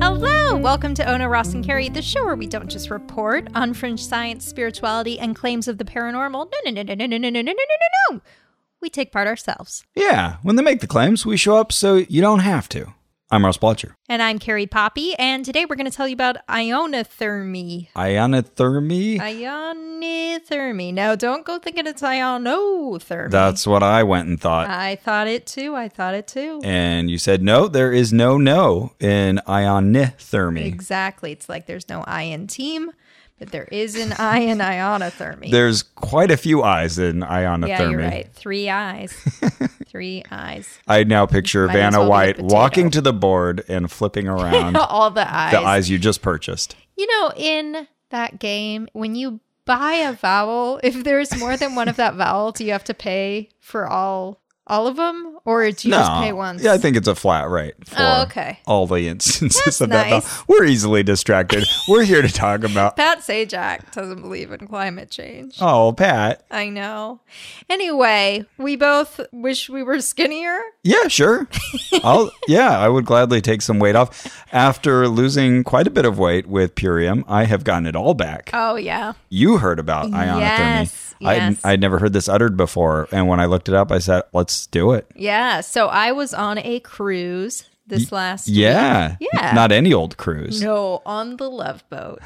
Hello! Welcome to Ona, Ross, and Carrie, the show where we don't just report on fringe science, spirituality, and claims of the paranormal. No, no, no, no, no, no, no, no, no, no, no, no. We take part ourselves. Yeah, when they make the claims, we show up so you don't have to. I'm Ross Blotcher. And I'm Carrie Poppy, and today we're going to tell you about ionothermy. Ionothermy? Ionothermy. No, don't go thinking it's ionothermy. That's what I went and thought. I thought it too. I thought it too. and you said, no, there is no no in ionothermy. Exactly. It's like there's no I in team, but there is an I in ionothermy. There's quite a few eyes in ionothermy. yeah, you're right. Three eyes. Three eyes. I now picture Might as Vanna well be a White potato. walking to the board and flipping around the All the eyes. eyes you just purchased. You know, in that game, when you buy a vowel, if there's more than one of that vowel, do you have to pay for all all of them, or do you just pay once? Yeah, I think it's a flat rate for Oh, okay. all the instances That's of that. nice. vowel. We're easily distracted. We're here to talk about. Pat Sajak doesn't believe in climate change. Oh, Pat. I know. Anyway, we both wish we were skinnier. Yeah, sure. I'll yeah, I would gladly take some weight off. After losing quite a bit of weight with Purium, I have gotten it all back. Oh yeah. You heard about ionothermy. Yes, yes. I'd, I'd never heard this uttered before, and when I looked it up, I said, "Let's do it." Yeah. So I was on a cruise this last Yeah, week. Yeah. Not any old cruise. no, on the love boat.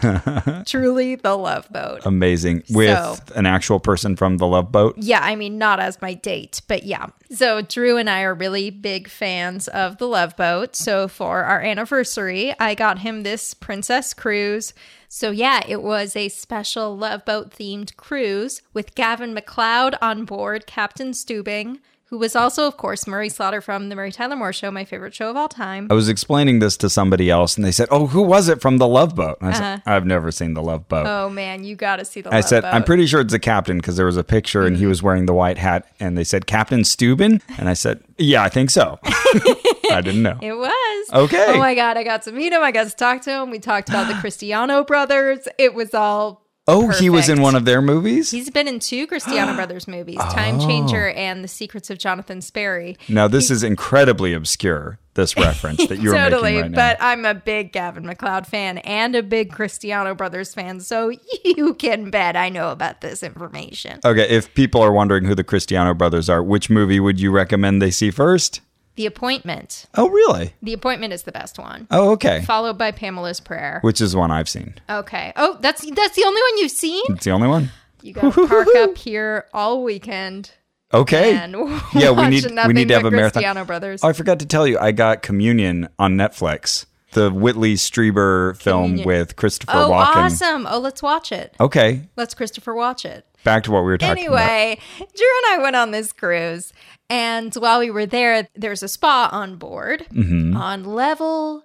Truly the love boat. Amazing with So- an actual person from the Love Boat. yeah, I mean, not as my date, but yeah. So, Drew and I are really big fans of The Love Boat. So, for our anniversary, I got him this Princess Cruise. So, yeah, it was a special Love Boat themed cruise with Gavin McLeod on board, Captain Stubing, who was also, of course, Murray Slaughter from The Murray Tyler Moore Show, my favorite show of all time. I was explaining this to somebody else, and they said, "Oh, who was it from the Love Boat?" And I said, Uh-huh. "I've never seen the Love Boat." Oh, man, you got to see The I Love said, Boat. I'm pretty sure it's the captain because there was a picture Mm-hmm. and he was wearing the white hat. And they said, Captain Steuben? And I said, Yeah, I think so. I didn't know. It was. Okay. Oh my God. I got to meet him. I got to talk to him. We talked about the Cristiano brothers. It was all. Oh, he was in perfect. one of their movies? He's been in two Cristiano brothers movies Time Changer Oh. and The Secrets of Jonathan Sperry. now, this is incredibly obscure, this reference that you're totally. making right now. but I'm a big Gavin McLeod fan and a big Cristiano brothers fan. So you can bet I know about this information. Okay, if people are wondering who the Cristiano brothers are, which movie would you recommend they see first? The Appointment. Oh, really? The Appointment is the best one. Oh, okay. Followed by Pamela's Prayer. Which is one I've seen. Okay. Oh, that's that's the only one you've seen? It's the only one. You gotta park up here all weekend. Okay. and yeah, we watch need we nothing need to have but a marathon. Cristiano Brothers. Oh, I forgot to tell you, I got Communion on Netflix, the Whitley Strieber film with Christopher oh, Walken. awesome! Oh, let's watch it. Okay, Let's Christopher watch it. back to what we were talking about. Anyway, Drew and I went on this cruise, and while we were there, there's a spa on board Mm-hmm. on level.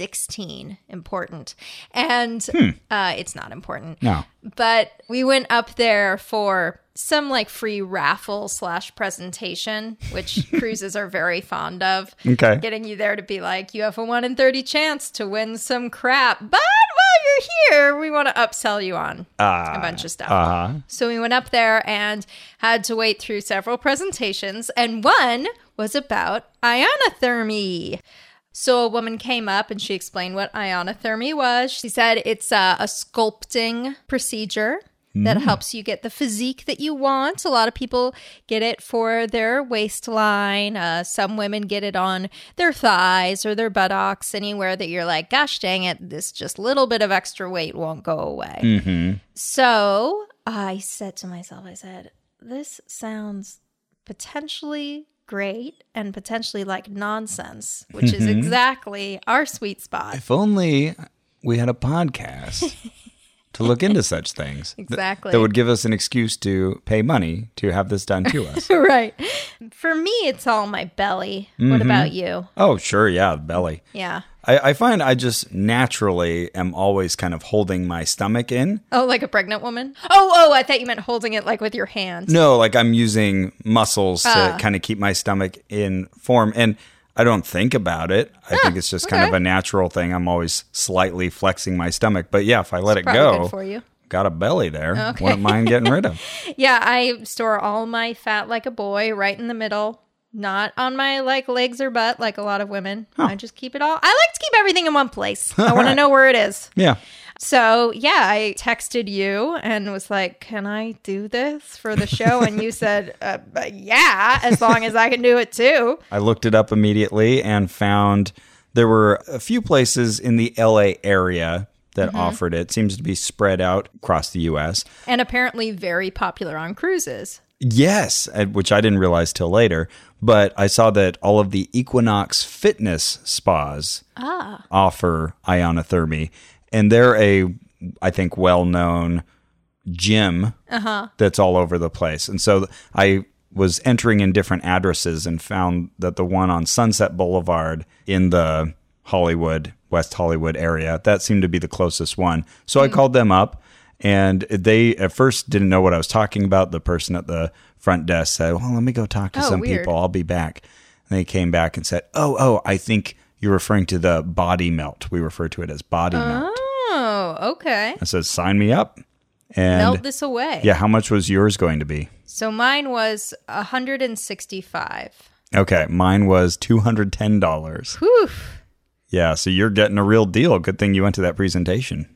16 important and uh, it's not important Hmm. No. but we went up there for some like free raffle slash presentation which cruises are very fond of Okay. getting you there to be like you have a 1 in 30 chance to win some crap but while you're here we want to upsell you on a bunch of stuff Ah, Uh-huh. so we went up there and had to wait through several presentations, and one was about ionothermy. So a woman came up and she explained what ionothermy was. She said it's a, a sculpting procedure that helps you get the physique that you want. A lot of people get it for their waistline. Uh, some women get it on their thighs or their buttocks, anywhere that you're like, gosh dang it, this just little bit of extra weight won't go away. So I said to myself, I said, this sounds potentially great and potentially like nonsense, which is Mm-hmm. exactly our sweet spot. If only we had a podcast to look into such things. th- Exactly. that would give us an excuse to pay money to have this done to us. right. For me, it's all my belly. Mm-hmm. What about you? oh, sure, yeah, belly. Yeah. I, I find I just naturally am always kind of holding my stomach in. Oh, like a pregnant woman? Oh, oh, I thought you meant holding it like with your hand. No, like I'm using muscles Ah. to kind of keep my stomach in form. And I don't think about it. I think it's just kind of Ah, okay. a natural thing. I'm always slightly flexing my stomach. But yeah, if I let it Probably go, good for you. got a belly there. Wouldn't mind getting rid of. Yeah, I store all my fat like a boy right in the middle, not on my like legs or butt like a lot of women. I just keep it all. I like to keep everything in one place. I want to right. know where it is. Yeah. So, yeah, I texted you and was like, "Can I do this for the show?" and you said, uh, but "Yeah, as long as I can do it too." I looked it up immediately and found there were a few places in the LA area that Mm-hmm. offered it. Seems to be spread out across the US. And apparently very popular on cruises. Yes, uh, which I didn't realize till later, but I saw that all of the Equinox fitness spas offer ionothermy, and they're a I think well-known gym Uh-huh. that's all over the place. And so I was entering in different addresses and found that the one on Sunset Boulevard in the Hollywood, West Hollywood area, that seemed to be the closest one. So Hmm. I called them up and they at first didn't know what I was talking about. The person at the front desk said, Well, let me go talk to Oh, some weird. people. I'll be back. And they came back and said, Oh, oh, I think you're referring to the body melt. We refer to it as body melt. Oh, okay. I said, Sign me up. And Melt this away. yeah, how much was yours going to be? So mine was 165. Okay, mine was two hundred ten dollars. Whew. Yeah, so you're getting a real deal. Good thing you went to that presentation.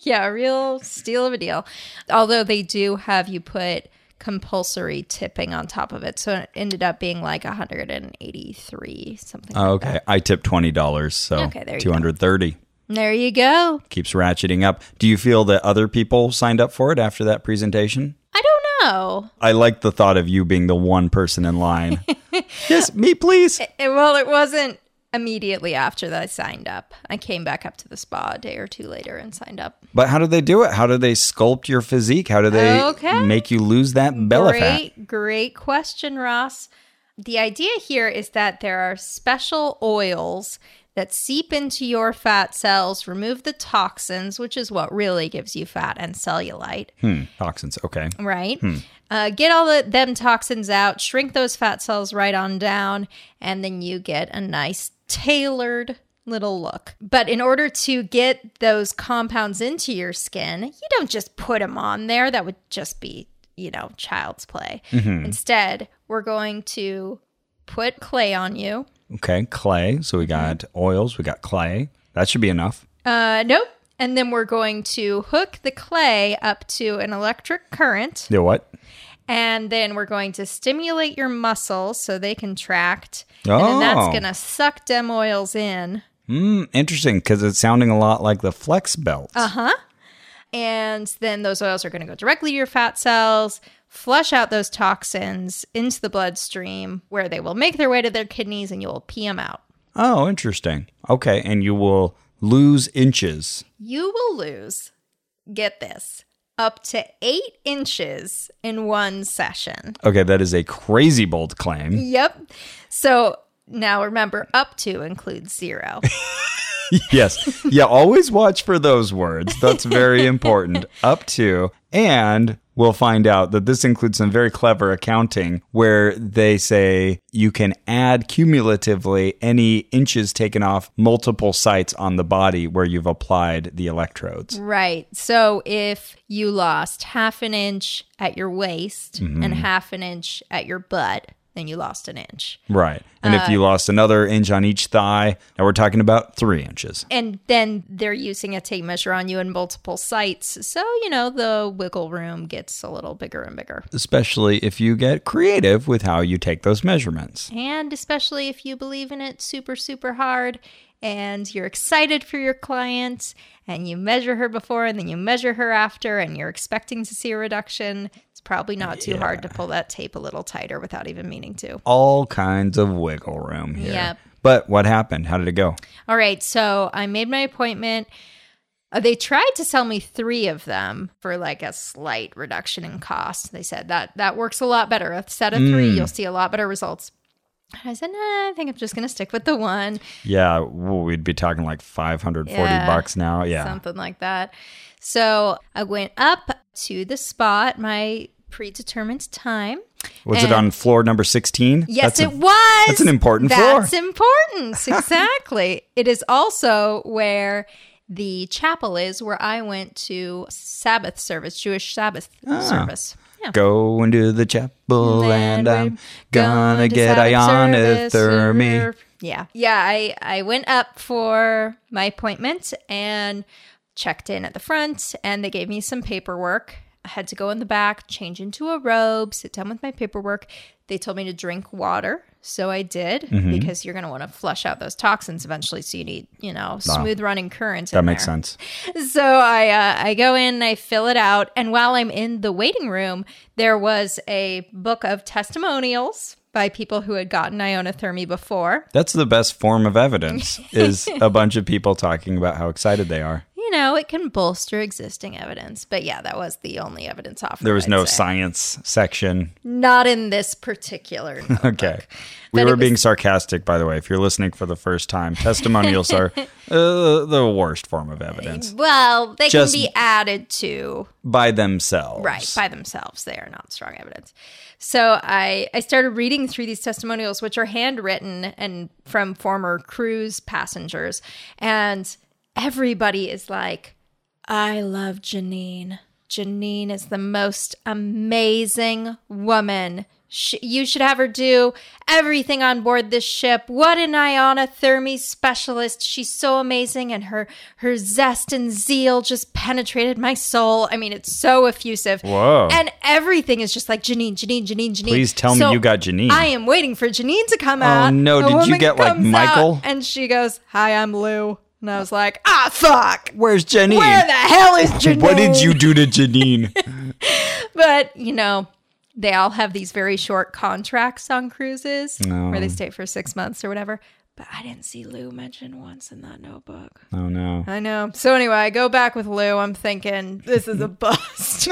Yeah, a real steal of a deal. Although they do have you put compulsory tipping on top of it. So it ended up being like 183 something. Okay, I tipped twenty dollars, so Okay, there you go. two hundred thirty there you go. keeps ratcheting up. Do you feel that other people signed up for it after that presentation? I don't know. I like the thought of you being the one person in line. yes, me please. It- well, it wasn't immediately after that I signed up. I came back up to the spa a day or two later and signed up. But how do they do it? How do they sculpt your physique? How do they Okay. make you lose that belly fat? great, Great question, Ross. The idea here is that there are special oils that seep into your fat cells, remove the toxins, which is what really gives you fat and cellulite, Hmm, toxins. Okay. right? Uh, get all the, them toxins out, shrink those fat cells right on down, and then you get a nice tailored little look. But in order to get those compounds into your skin, you don't just put them on there. That would just be, you know, child's play. Instead, we're going to put clay on you. Okay, clay. So we got oils, we got clay. That should be enough. Uh, nope. And then we're going to hook the clay up to an electric current. You know what? And then we're going to stimulate your muscles so they contract. And then that's Oh. going to suck dem oils in. Hmm, interesting, because it's sounding a lot like the flex belt. And then those oils are going to go directly to your fat cells, flush out those toxins into the bloodstream where they will make their way to their kidneys and you will pee them out. Oh, interesting. Okay, and you will lose inches. You will lose, get this, up to eight inches in one session. Okay, that is a crazy bold claim. Yep. So now remember, up to includes zero. yes. Yeah, always watch for those words. That's very important. Up to, and we'll find out that this includes some very clever accounting where they say you can add cumulatively any inches taken off multiple sites on the body where you've applied the electrodes. Right. So if you lost half an inch at your waist and half an inch at your butt, then you lost an inch. Right. And if you lost another inch on each thigh, now we're talking about three inches. And then they're using a tape measure on you in multiple sites. So, you know, the wiggle room gets a little bigger and bigger. Especially if you get creative with how you take those measurements. And especially if you believe in it super, super hard and you're excited for your client and you measure her before and then you measure her after and you're expecting to see a reduction, it's probably not too hard to pull that tape a little tighter without even meaning to. All kinds of wiggle room here. Yep. But what happened? How did it go? All right, so I made my appointment. Uh, They tried to sell me three of them for like a slight reduction in cost. They said that that works a lot better. A set of three, you'll see a lot better results. And I said, nah, I think I'm just going to stick with the one, Yeah, well, we'd be talking like 540 Yeah. bucks now. Yeah. something like that. So I went up to the spot, my predetermined time. Was it on floor number 16? Yes, That's a- it was. that's an important floor. That's important. Exactly. it is also where the chapel is where I went to Sabbath service, Jewish Sabbath Ah. service. Yeah. Go into the chapel Then and I'm we're gonna going to get Sabbath ionothermy. service. Yeah. Yeah, I, I went up for my appointment and checked in at the front, and they gave me some paperwork. I had to go in the back, change into a robe, sit down with my paperwork. They told me to drink water. So I did Mm-hmm. because you're going to want to flush out those toxins eventually. So you need, you know, smooth running current. That makes sense. So I uh, I go in, I fill it out, and while I'm in the waiting room, there was a book of testimonials by people who had gotten ionothermy before. That's the best form of evidence is a bunch of people talking about how excited they are. You know, it can bolster existing evidence, but yeah, that was the only evidence offered. There was I'd no say. science section. not in this particular. notebook. Okay. We But were it was- being sarcastic, by the way. If you're listening for the first time, testimonials are uh, the worst form of evidence Well, they Just- can be added to by themselves. Right, by themselves, they are not strong evidence. So I I started reading through these testimonials, which are handwritten and from former cruise passengers, and everybody is like, "I love Janine. Janine is the most amazing woman." Sh you should have her do everything on board this ship. What an ionothermy specialist! She's so amazing, and her her zest and zeal just penetrated my soul. I mean, it's so effusive. Whoa. And everything is just like Janine, Janine, Janine, Janine. Please tell me you got Janine. Oh, I am waiting for Janine to come out. no, A did you woman get, like, comes Michael? out and she goes, "Hi, I'm Lou," and I was like, "Ah, fuck." Where's Janine? Where the hell is Janine? what did you do to Janine? But you know, they all have these very short contracts on cruises where they stay for six months or whatever. But I didn't see Lou mentioned once in that notebook. oh, no. I know. So anyway, I go back with Lou. I'm thinking this is a bust.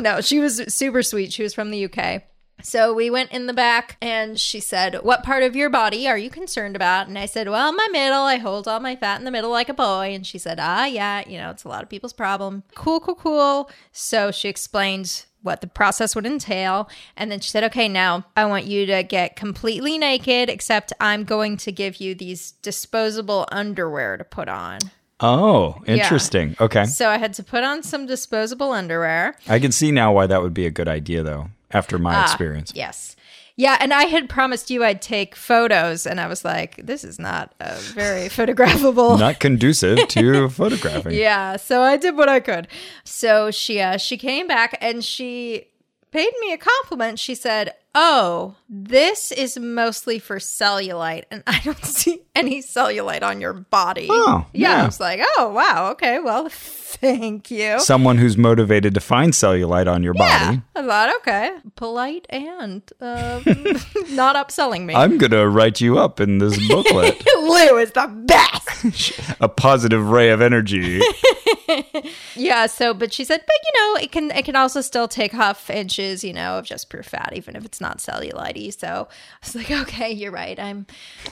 no, she was super sweet. She was from the UK. So we went in the back and she said, What part of your body are you concerned about? And I said, Well, my middle. I hold all my fat in the middle like a boy. And she said, Ah, yeah, you know, it's a lot of people's problem. Cool, cool, cool. So she explained what the process would entail. And then she said, Okay, now I want you to get completely naked, except I'm going to give you these disposable underwear to put on. Oh, interesting. Okay. So I had to put on some disposable underwear. I can see now why that would be a good idea, though, after my Ah, experience. Yes. Yeah, and I had promised you I'd take photos, and I was like, this is not a very photographable. Not conducive to photographing. Yeah, so I did what I could. So she uh, she came back and she paid me a compliment. She said, "Oh, this is mostly for cellulite, and I don't see any cellulite on your body." Oh, yeah. yeah. I was like, "Oh, wow, okay, well, thank you." Someone who's motivated to find cellulite on your yeah, body. I thought, okay, polite and um, not upselling me. I'm going to write you up in this booklet. Lou is the best. a positive ray of energy. yeah. So, but she said, but you know, it can it can also still take half inches, you know, of just pure fat, even if it's not cellulite. So I was like, okay, you're right. I'm,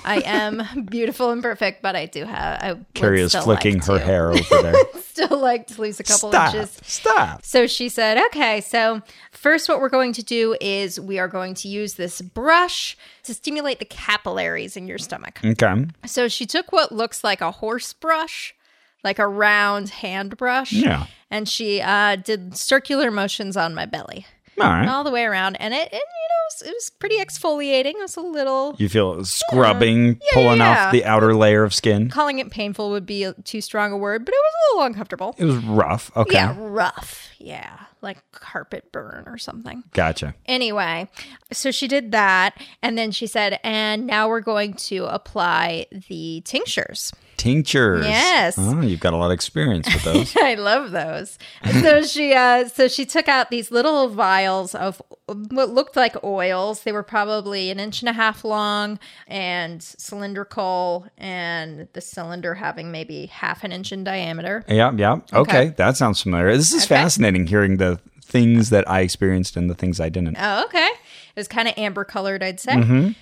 I am beautiful and perfect, but I do have. I would Carrie is still flicking like her to- hair over there. Still like to lose a couple Stop. inches. Stop. So she said, okay, so first, what we're going to do is we are going to use this brush to stimulate the capillaries in your stomach. Okay. So she took what looks like a horse brush, like a round hand brush. Yeah. And she uh, did circular motions on my belly All right. all the way around. And it, and, you know, it was, it was pretty exfoliating. It was a little. You feel scrubbing, pulling yeah. off the outer layer of skin. Calling it painful would be too strong a word, but it was a little uncomfortable. It was rough. Okay. Yeah, rough. Yeah, like carpet burn or something. Gotcha. Anyway, so she did that. And then she said, and now we're going to apply the tinctures. Tinctures. Yes. Oh, you've got a lot of experience with those. I love those. So she uh so she took out these little vials of what looked like oils. They were probably an inch and a half long and cylindrical and the cylinder having maybe half an inch in diameter. yeah, yeah. Okay. That sounds familiar. This is fascinating hearing the things that I experienced and the things I didn't. Oh, okay. It was kind of amber colored, I'd say.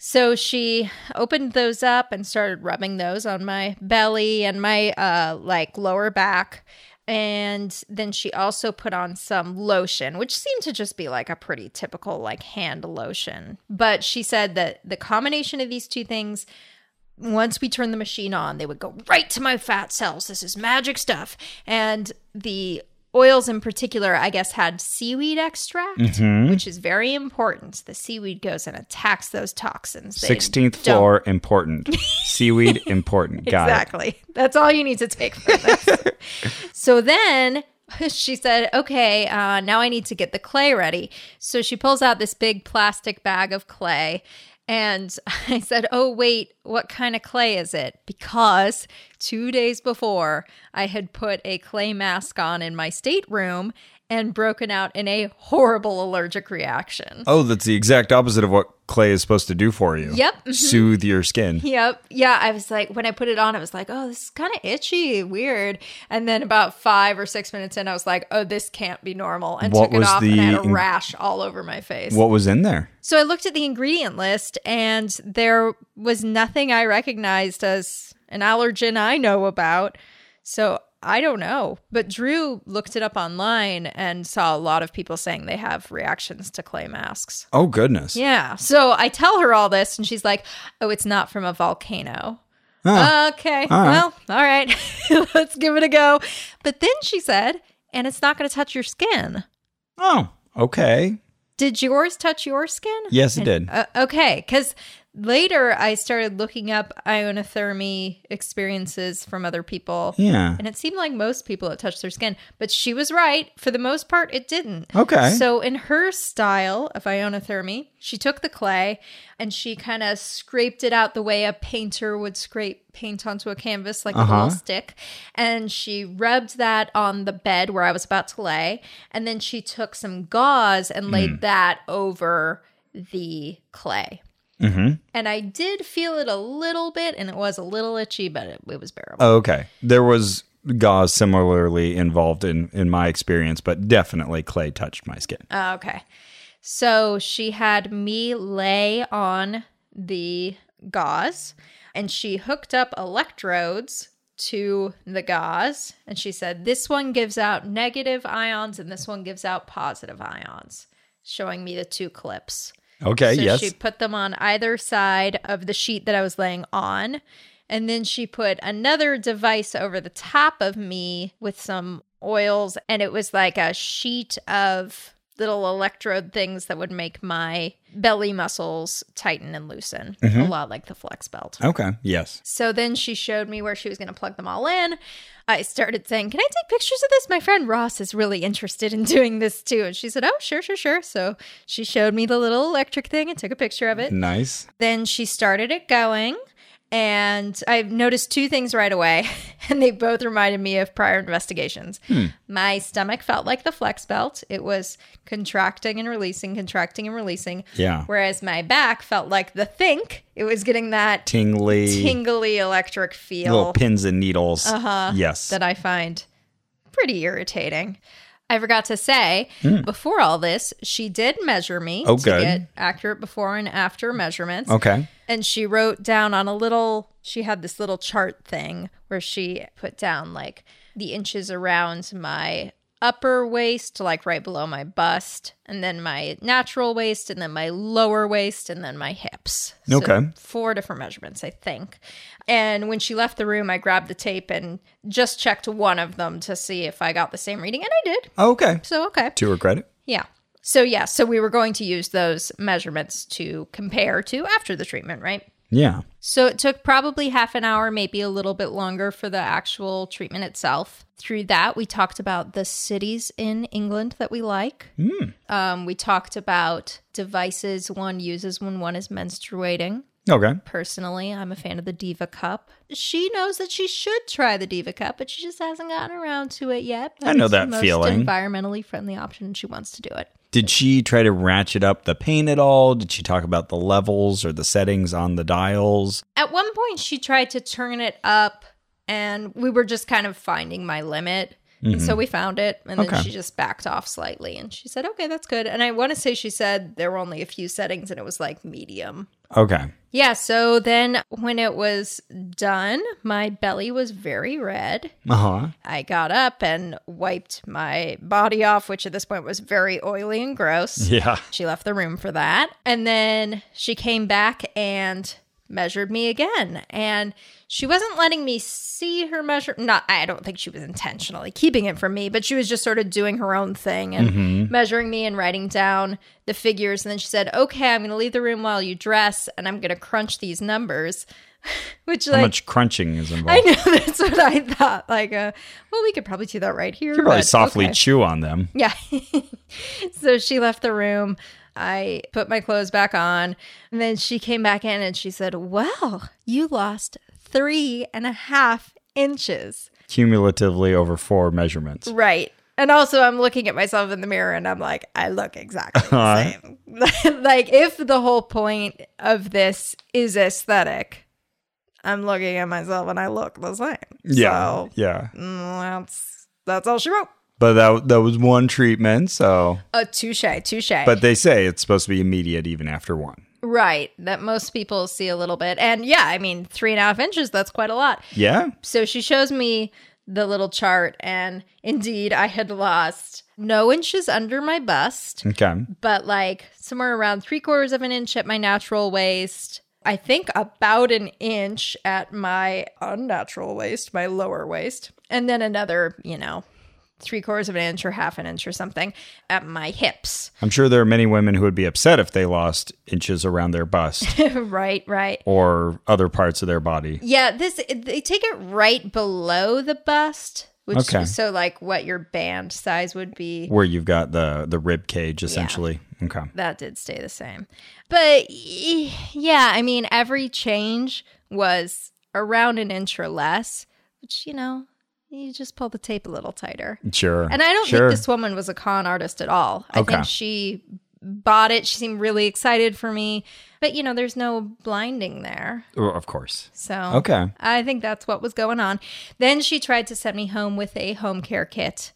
So she opened those up and started rubbing those on my belly and my uh like lower back. And then she also put on some lotion, which seemed to just be like a pretty typical like hand lotion. But she said that the combination of these two things once we turned the machine on, they would go right to my fat cells. This is magic stuff. And the oils in particular, I guess, had seaweed extract, which is very important. The seaweed goes and attacks those toxins. They 16th don't- floor, important. Seaweed, important. Got it. exactly. That's all you need to take from this. so then she said, okay, uh, now I need to get the clay ready. So she pulls out this big plastic bag of clay. And I said, oh, wait, what kind of clay is it? Because two days before, I had put a clay mask on in my stateroom and broken out in a horrible allergic reaction. Oh, that's the exact opposite of what clay is supposed to do for you. Yep. Mhm. Soothe your skin. Yep. Yeah. I was like, when I put it on, I was like, oh, this is kind of itchy, weird. And then about five or six minutes in, I was like, oh, this can't be normal. And What took it was off and I had the a in- rash all over my face. What was in there? so I looked at the ingredient list and there was nothing I recognized as an allergen I know about. So I don't know. But Drew looked it up online and saw a lot of people saying they have reactions to clay masks. Oh, goodness. Yeah. So I tell her all this, and she's like, "Oh, it's not from a volcano." Ah. okay. All right. Well, all right. Let's give it a go. But then she said, "And it's not going to touch your skin." Oh, okay. Did yours touch your skin? Yes, it did. Uh, okay, because later I started looking up ionothermy experiences from other people. Yeah. And it seemed like most people it touched their skin, but she was right. For the most part, it didn't. Okay. So, in her style of ionothermy, she took the clay and she kind of scraped it out the way a painter would scrape paint onto a canvas, like with a little stick. And she rubbed that on the bed where I was about to lay. And then she took some gauze and laid that over the clay. Mhm. And I did feel it a little bit, and it was a little itchy, but it, it was bearable. Oh, okay. There was gauze similarly involved in, in my experience, but definitely clay touched my skin. Oh, okay. So she had me lay on the gauze and she hooked up electrodes to the gauze and she said, This one gives out negative ions and this one gives out positive ions, showing me the two clips. Okay, So yes. she put them on either side of the sheet that I was laying on. And then she put another device over the top of me with some oils. And it was like a sheet of little electrode things that would make my belly muscles tighten and loosen, Mm-hmm. a lot like the flex belt. Okay, yes. So then she showed me where she was going to plug them all in. I started saying, Can I take pictures of this? My friend Ross is really interested in doing this too. And she said, Oh, sure, sure, sure. So she showed me the little electric thing and took a picture of it. Nice. Then she started it going. And I noticed two things right away, and they both reminded me of prior investigations. My stomach felt like the flex belt. It was contracting and releasing, contracting and releasing. Yeah. Whereas my back felt like the think. It was getting that Tingly. tingly electric feel little pins and needles. Uh-huh. Yes. that I find pretty irritating. I forgot to say, before all this, she did measure me Hmm. Oh, to good. get accurate before and after measurements. okay. And she wrote down on a little, she had this little chart thing where she put down like the inches around my upper waist, like right below my bust, and then my natural waist, and then my lower waist, and then my hips. Okay. Four different measurements, I think. And when she left the room, I grabbed the tape and just checked one of them to see if I got the same reading, and I did. Okay. So, okay. To her credit. Yeah. So, yeah, so we were going to use those measurements to compare to after the treatment, right? Yeah. So it took probably half an hour, maybe a little bit longer for the actual treatment itself. Through that, we talked about the cities in England that we like. Hmm. Um, we talked about devices one uses when one is menstruating. Okay. Personally, I'm a fan of the Diva Cup. She knows that she should try the Diva Cup, but she just hasn't gotten around to it yet. But I know it's the that most feeling. Environmentally friendly option, and she wants to do it. Did she try to ratchet up the pain at all? Did she talk about the levels or the settings on the dials? At one point, she tried to turn it up, and we were just kind of finding my limit. And so we found it, and then Mm-hmm. Okay. she just backed off slightly, and she said, "Okay, that's good." And I want to say she said there were only a few settings, and it was like medium. Okay. Yeah. So then, when it was done, my belly was very red. Uh huh. I got up and wiped my body off, which at this point was very oily and gross. Yeah. She left the room for that. And then she came back and measured me again and she wasn't letting me see her measure not i don't think she was intentionally keeping it from me but she was just sort of doing her own thing and Mm-hmm. measuring me and writing down the figures and then she said okay i'm going to leave the room while you dress and i'm going to crunch these numbers which How like much crunching is i involved? You know that's what i thought like uh, well we could probably do that right here could probably but softly okay. chew on them. Yeah. so she left the room. I put my clothes back on. And then she came back in and she said, Well, you lost three and a half inches. Cumulatively over four measurements. Right. And also, I'm looking at myself in the mirror and I'm like, I look exactly the same. like, if the whole point of this is aesthetic, I'm looking at myself and I look the same. Yeah. So, Yeah. mm, that's, that's all she wrote. But that that was one treatment, so A Oh, touche, touche. but they say it's supposed to be immediate even after one. Right. That most people see a little bit. And yeah, I mean, three and a half inches, that's quite a lot. Yeah? So she shows me the little chart, and indeed, I had lost no inches under my bust, Okay. but like somewhere around three quarters of an inch at my natural waist. I think about an inch at my unnatural waist, my lower waist, and then another, you know, three quarters of an inch or half an inch or something at my hips. I'm sure there are many women who would be upset if they lost inches around their bust right, right. or other parts of their body. Yeah, this they take it right below the bust, which Okay. so like what your band size would be. Where you've got the the rib cage essentially. Okay. That did stay the same. But eh, yeah, I mean every change was around an inch or less, which you know, you just pull the tape a little tighter. Sure. And I don't sure. think this woman was a con artist at all. I Okay. think she bought it. She seemed really excited for me. But you know, there's no blinding there. Oh, Of course. So Okay. I think that's what was going on. Then she tried to send me home with a home care kit,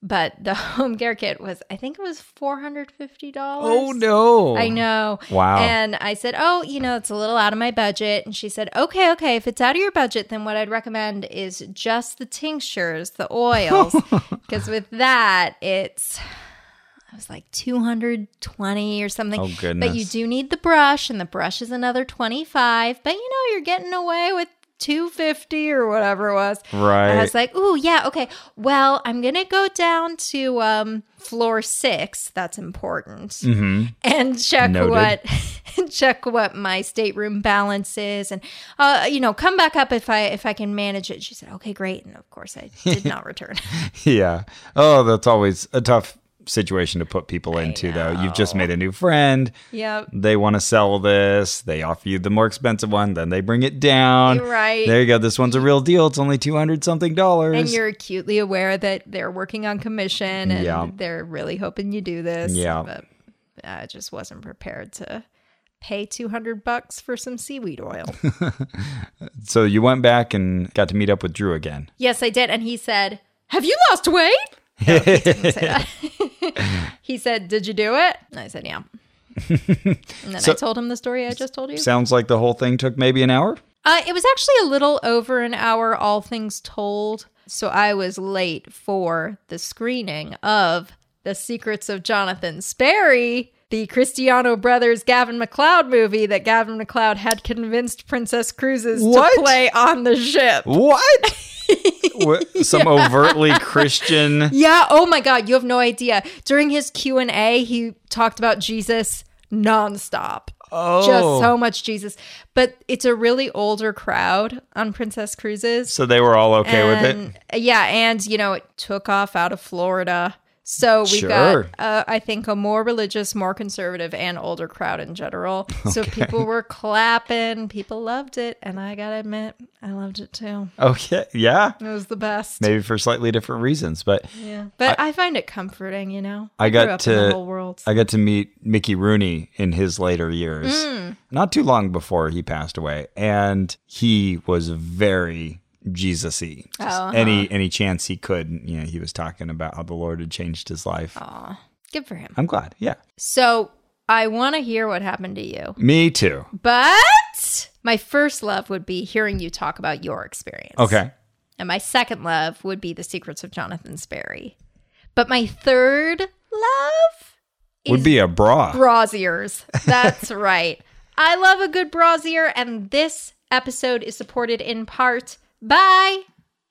but the home care kit was, I think it was $450. Oh no. I know. Wow. And I said, Oh, you know, it's a little out of my budget. And she said, Okay, okay. If it's out of your budget, then what I'd recommend is just the tinctures, the oils. Because with that, it's. I was like 220 or something. Oh, But you goodness. do need the brush, and the brush is another 25. But you know, you're getting away with 250 or whatever it was. And Right. I was like, "Ooh, yeah, okay. Well, I'm gonna go down to um, floor six. That's important, Mm-hmm. and check Noted. what check what my stateroom balance is, and uh, you know, come back up if I if I can manage it." She said, "Okay, great." And of course, I did not return. Yeah. Oh, that's always a tough situation to put people into, though. You've just made a new friend. yep. They want to sell this. They offer you the more expensive one. Then they bring it down. You're right. There you go. This one's a real deal. It's only 200 something dollars. And you're acutely aware that they're working on commission, and Yeah. they're really hoping you do this. Yeah. But I just wasn't prepared to pay 200 bucks for some seaweed oil. so you went back and got to meet up with Drew again. Yes, I did. And he said, Have you lost weight? No, he didn't say that. he said, Did you do it? And I said, Yeah. and then I told him the story I just told you. Sounds like the whole thing took maybe an hour. Uh, it was actually a little over an hour, all things told. So I was late for the screening of The Secrets of Jonathan Sperry, the Cristiano Brothers Gavin McLeod movie that Gavin McLeod had convinced Princess Cruises What? to play on the ship. What? Wha- Some overtly Christian. Yeah. Oh my God. You have no idea. During his Q and A, he talked about Jesus nonstop. Oh. Just so much Jesus. But it's a really older crowd on Princess Cruises. So they were all okay with it. And- Yeah, and you know it took off out of Florida. So we Sure. got, uh, I think, a more religious, more conservative, and older crowd in general. So people were clapping. People loved it, and I gotta admit, I loved it too. Okay. Yeah. It was the best. Maybe for slightly different reasons, but Yeah, but I, find it comforting, you know. I grew got up in the to- whole world. I got to meet Mickey Rooney in his later years, not too long before he passed away, and he was very Jesus-y. Just Any any chance he could, you know, he was talking about how the Lord had changed his life. Good for him. I'm glad. Yeah, So I want to hear what happened to you, me too. but my first love would be hearing you talk about your experience. Okay, And my second love would be the secrets of Jonathan Sperry. But my third love would be a bra. Bras ears. That's right. I love a good brasier, and this episode is supported in part by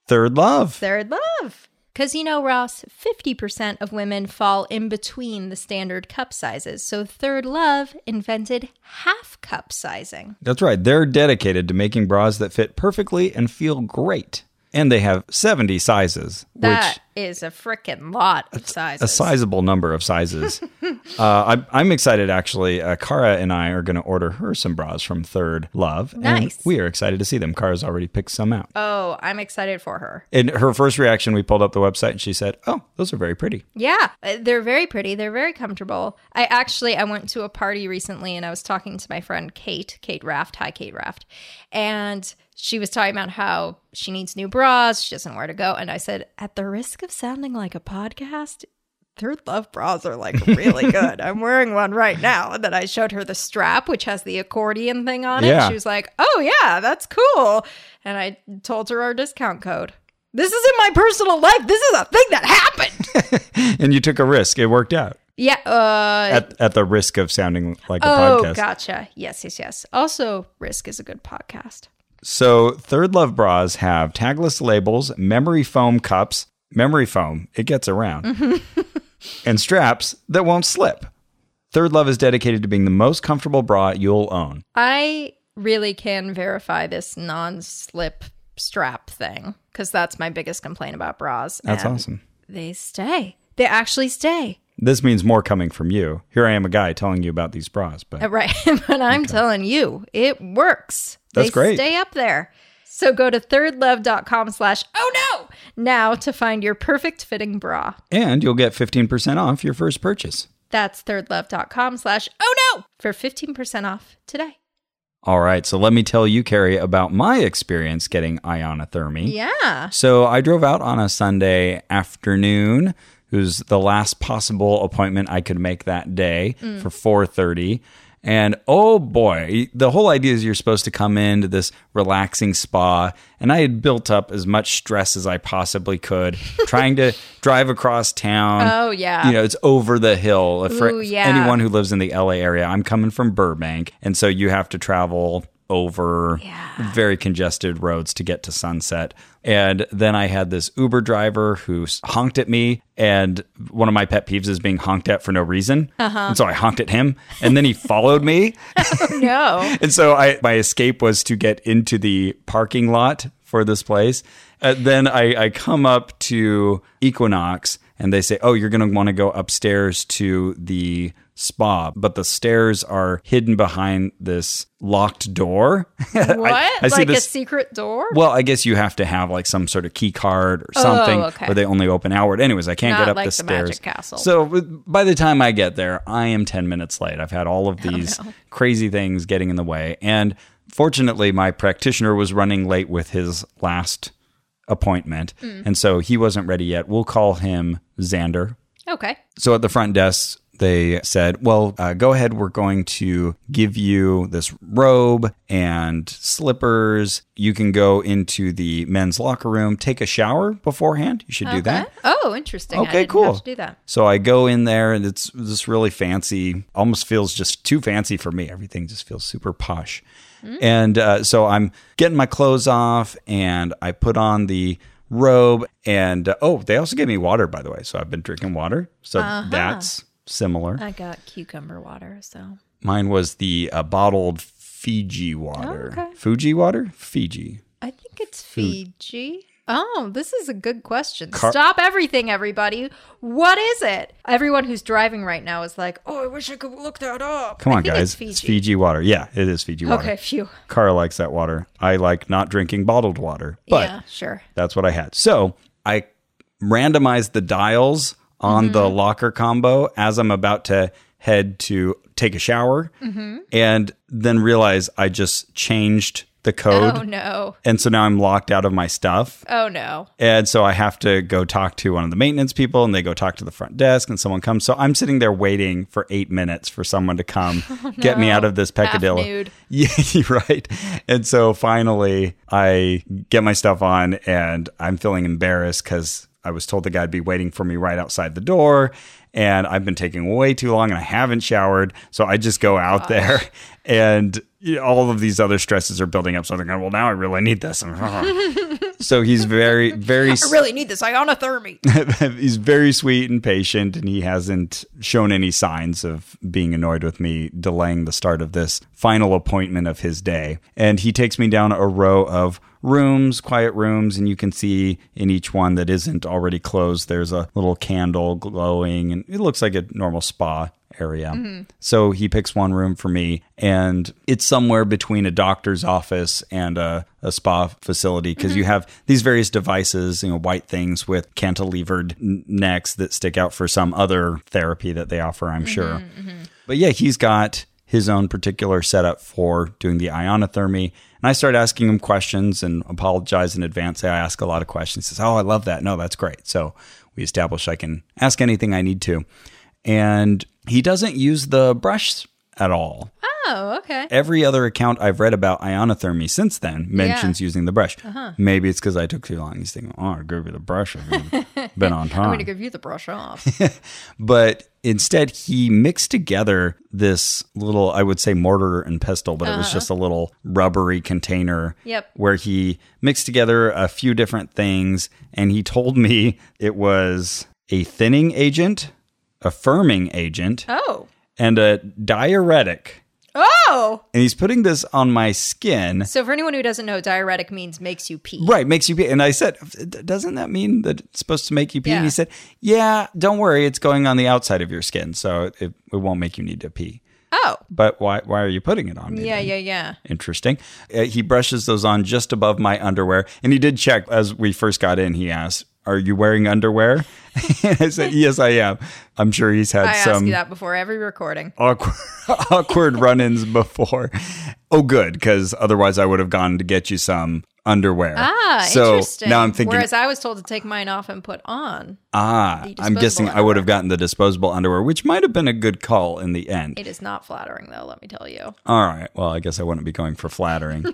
Third love. Third Love. Because you know, Ross, 50% of women fall in between the standard cup sizes. So Third Love invented half cup sizing. That's right. They're dedicated to making bras that fit perfectly and feel great. And they have 70 sizes, That which is a freaking lot of sizes. a sizable number of sizes. uh, I'm, I'm excited, actually. Uh, Kara and I are going to order her some bras from Third Love. Nice. And we are excited to see them. Kara's already picked some out. oh, I'm excited for her. And her first reaction, we pulled up the website and she said, Oh, those are very pretty. Yeah, uh, they're very pretty. They're very comfortable. I actually I went to a party recently and I was talking to my friend Kate, Kate Raft. Hi Kate Raft. And she was talking about how she needs new bras, she doesn't know where to go, and I said at the risk of sounding like a podcast, Third Love bras are like really good. I'm wearing one right now. And then I showed her the strap, which has the accordion thing on it. Yeah. She was like, oh, yeah, that's cool. And I told her our discount code. This isn't my personal life. This is a thing that happened. And you took a risk. It worked out Yeah. Uh, at, at the risk of sounding like a oh, podcast. gotcha. Yes, yes, yes. Also, Risk is a good podcast. So, Third Love bras have tagless labels, memory foam cups, memory foam, it gets around, and straps that won't slip. Third Love is dedicated to being the most comfortable bra you'll own. I really can verify this non-slip strap thing because that's my biggest complaint about bras. That's and awesome. They stay. They actually stay. This means more coming from you. Here I am, a guy telling you about these bras, but Uh, Right. but I'm telling you, it works. That's they great. Stay up there. So go to thirdlove.com slash oh no now to find your perfect fitting bra. and you'll get 15% off your first purchase. That's thirdlove.com slash oh no for 15% off today. All right, so let me tell you, Carrie, about my experience getting ionothermy. Yeah. So I drove out on a Sunday afternoon. It was the last possible appointment I could make that day for 4:30. And oh boy, the whole idea is you're supposed to come into this relaxing spa, and I had built up as much stress as I possibly could, trying to drive across town. Oh, yeah. you know it's over the hill. If for Ooh, yeah. anyone who lives in the LA area, I'm coming from Burbank, and so you have to travel over Yeah. very congested roads to get to Sunset. And then I had this Uber driver who s- honked at me, and one of my pet peeves is being honked at for no reason. Uh-huh. And so I honked at him, and then he followed me. No. And so I my escape was to get into the parking lot for this place. Uh, then I, I come up to Equinox and they say, Oh, you're going to want to go upstairs to the spa, but the stairs are hidden behind this locked door. I- What? I see like a this- secret door? Well, I guess you have to have like some sort of key card or something, or Oh, okay. they only open outward. Anyways, I can't Not get up like the the stairs. Magic Castle. So w- by the time I get there, I am ten minutes late. I've had all of Oh, these crazy things getting in the way, and fortunately, my practitioner was running late with his last appointment, Mm. and so he wasn't ready yet. We'll call him Xander. okay. So at the front desk, they said, Well, uh, go ahead. We're going to give you this robe and slippers. You can go into the men's locker room, take a shower beforehand. You should do Huh? that. Oh, interesting. I Okay, didn't cool. Have to do that. So I go in there and it's this really fancy, almost feels just too fancy for me. Everything just feels super posh. And uh, so I'm getting my clothes off and I put on the robe. And uh, oh, they also gave me water, by the way. So I've been drinking water. So that's similar. I got cucumber water, so Mine was the uh, bottled Fiji water. okay. Fuji water? Fiji. I think it's Fiji. Oh, this is a good question. Stop everything, everybody. What is it? Everyone who's driving right now is like, oh, I wish I could look that up. Come I on, think guys. It's Fiji. water. Yeah, it is Fiji water. Okay, phew. Kara likes that water. I like not drinking bottled water, but yeah, sure. that's what I had. So I randomized the dials on the Mm-hmm. locker combo as I'm about to head to take a shower Mm-hmm. and then realize I just changed the code. Oh, no. And so now I'm locked out of my stuff. Oh, no. And so I have to go talk to one of the maintenance people and they go talk to the front desk and someone comes. So I'm sitting there waiting for eight minutes for someone to come get me out of this peccadillo. nude. Yeah, you're right. And so finally I get my stuff on and I'm feeling embarrassed because I was told the guy'd be waiting for me right outside the door, and I've been taking way too long, and I haven't showered, so I just go out there, and you know, all of these other stresses are building up. So I'm thinking, well, now I really need this. so he's very, very, I really need this ionothermy. he's very sweet and patient, and he hasn't shown any signs of being annoyed with me delaying the start of this final appointment of his day. And he takes me down a row of rooms, quiet rooms, and you can see in each one that isn't already closed, there's a little candle glowing, and it looks like a normal spa area. So he picks one room for me, and it's somewhere between a doctor's office and a, a spa facility because you have these various devices, you know, white things with cantilevered n- necks that stick out for some other therapy that they offer, I'm sure. But yeah, he's got his own particular setup for doing the ionothermy. And I start asking him questions and apologize in advance. Say I ask a lot of questions. He says, Oh, I love that. No, that's great. So we establish I can ask anything I need to. And he doesn't use the brush at all. Oh, okay. Every other account I've read about ionothermy since then mentions using the brush. Maybe it's because I took too long. He's thinking, oh, I'll give you the brush. I've been on time I'm going to give you the brush off. but instead he mixed together this little i would say mortar and pestle but it was just a little rubbery container Uh-huh. Yep. where he mixed together a few different things and he told me it was a thinning agent a firming agent Oh. and a diuretic Oh. and he's putting this on my skin So for anyone who doesn't know, diuretic means makes you pee. Right, makes you pee. And I said, "D- doesn't that mean that it's supposed to make you pee? And Yeah. he said, yeah, don't worry, it's going on the outside of your skin, so it, it won't make you need to pee. Oh. But why, why are you putting it on me? Yeah, then? yeah, yeah. Interesting. Uh, he brushes those on just above my underwear. And he did check as we first got in. He asked, Are you wearing underwear? and I said, Yes, I am. I'm sure he's had I ask some you that before every recording. awkward, awkward run ins before. Oh, good, because otherwise I would have gone to get you some underwear. Ah, so interesting. now I'm thinking, Whereas I was told to take mine off and put on. ah, I'm disposable guessing I would have gotten the disposable underwear, which might have been a good call in the end. It is not flattering, though. Let me tell you. All right. Well, I guess I wouldn't be going for flattering.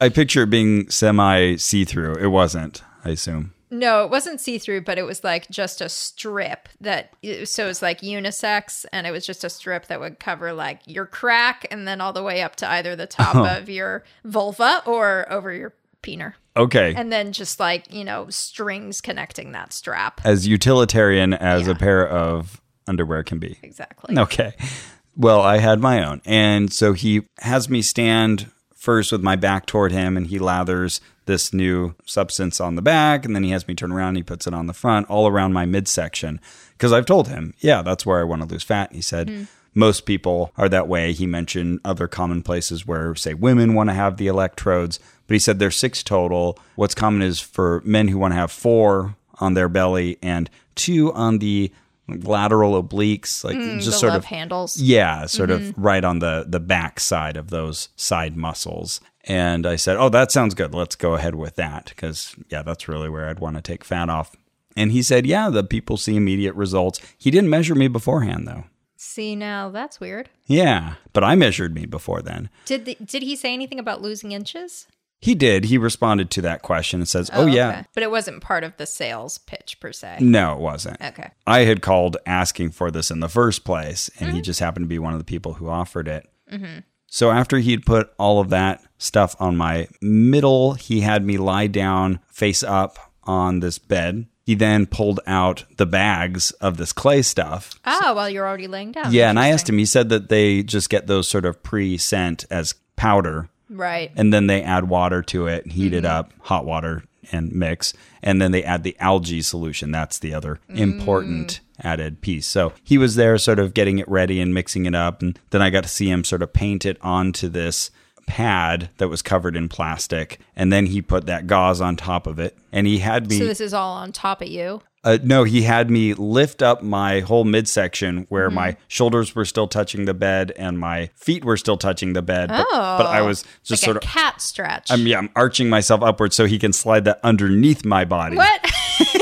I picture it being semi see through. It wasn't, I assume. No, it wasn't see through, but it was like just a strip that. So it was like unisex, and it was just a strip that would cover like your crack, and then all the way up to either the top Uh-huh. of your vulva or over your peener, Okay. and then just like you know strings connecting that strap. as utilitarian as a pair of underwear can be. Exactly. Okay. Well, I had my own. And so he has me stand first with my back toward him and he lathers this new substance on the back and then he has me turn around and he puts it on the front all around my midsection because I've told him, yeah, that's where I want to lose fat. And he said, most people are that way. He mentioned other common places where, say, women want to have the electrodes, but he said there's six total. What's common is for men who want to have four on their belly and two on the lateral obliques, like The Mm-hmm. just sort love of handles. yeah, sort of right on the the back side of those side muscles. And I said, "Oh, that sounds good. Let's go ahead with that because yeah, that's really where I'd want to take fat off." And he said, "Yeah, the people see immediate results." He didn't measure me beforehand though. See now, that's weird. Yeah, but I measured me before then. Did the, did he say anything about losing inches? He did. He responded to that question and says, "Oh, yeah. okay. but it wasn't part of the sales pitch per se. No, it wasn't." Okay, I had called asking for this in the first place, and he just happened to be one of the people who offered it. So after he'd put all of that stuff on my middle, he had me lie down face up on this bed. He then pulled out the bags of this clay stuff. ah, well, you're already laying down. Yeah, and I asked him, he said that they just get those sort of pre sent as powder right. and then they add water to it, heat it Mm-hmm. up, hot water and mix, and then they add the algae solution. That's the other Mm. important added piece. So he was there sort of getting it ready and mixing it up and then I got to see him sort of paint it onto this pad that was covered in plastic and then he put that gauze on top of it and he had me So this is all on top of you. uh, no, he had me lift up my whole midsection where Mm-hmm. my shoulders were still touching the bed and my feet were still touching the bed. But, but I was just Oh, like sort a of cat stretch. I'm yeah, I'm arching myself upwards so he can slide that underneath my body. what?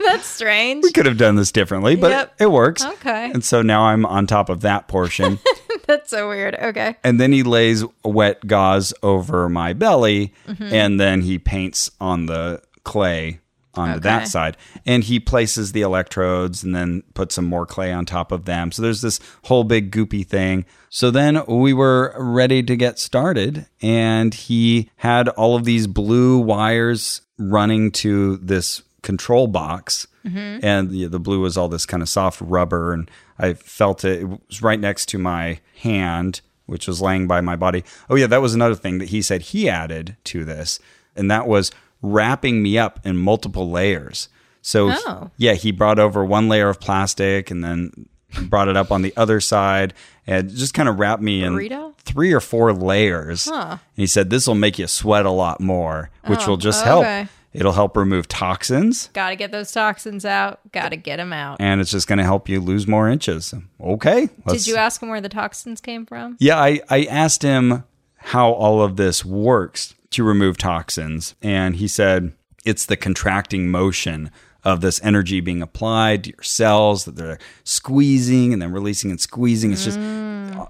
That's strange. We could have done this differently, but Yep. it works. Okay. And so now I'm on top of that portion. That's so weird. Okay. and then he lays wet gauze over my belly and then he paints on the clay onto Okay. that side. And he places the electrodes and then puts some more clay on top of them. So there's this whole big goopy thing. So then we were ready to get started, and he had all of these blue wires running to this control box. And the, the blue was all this kind of soft rubber, and I felt it. It was right next to my hand, which was laying by my body. Oh, yeah, that was another thing that he said he added to this, and that was wrapping me up in multiple layers. So he- Oh. yeah, he brought over one layer of plastic and then brought it up on the other side and just kind of wrapped me in Burrito? three or four layers. And he said this will make you sweat a lot more, which will just Oh, okay. help. It'll help remove toxins Got to get those toxins out. Got to get them out. and it's just going to help you lose more inches. Okay. Did you ask him where the toxins came from? Yeah, I, I asked him how all of this works to remove toxins. And he said it's the contracting motion of this energy being applied to your cells that they're squeezing and then releasing and squeezing. It's just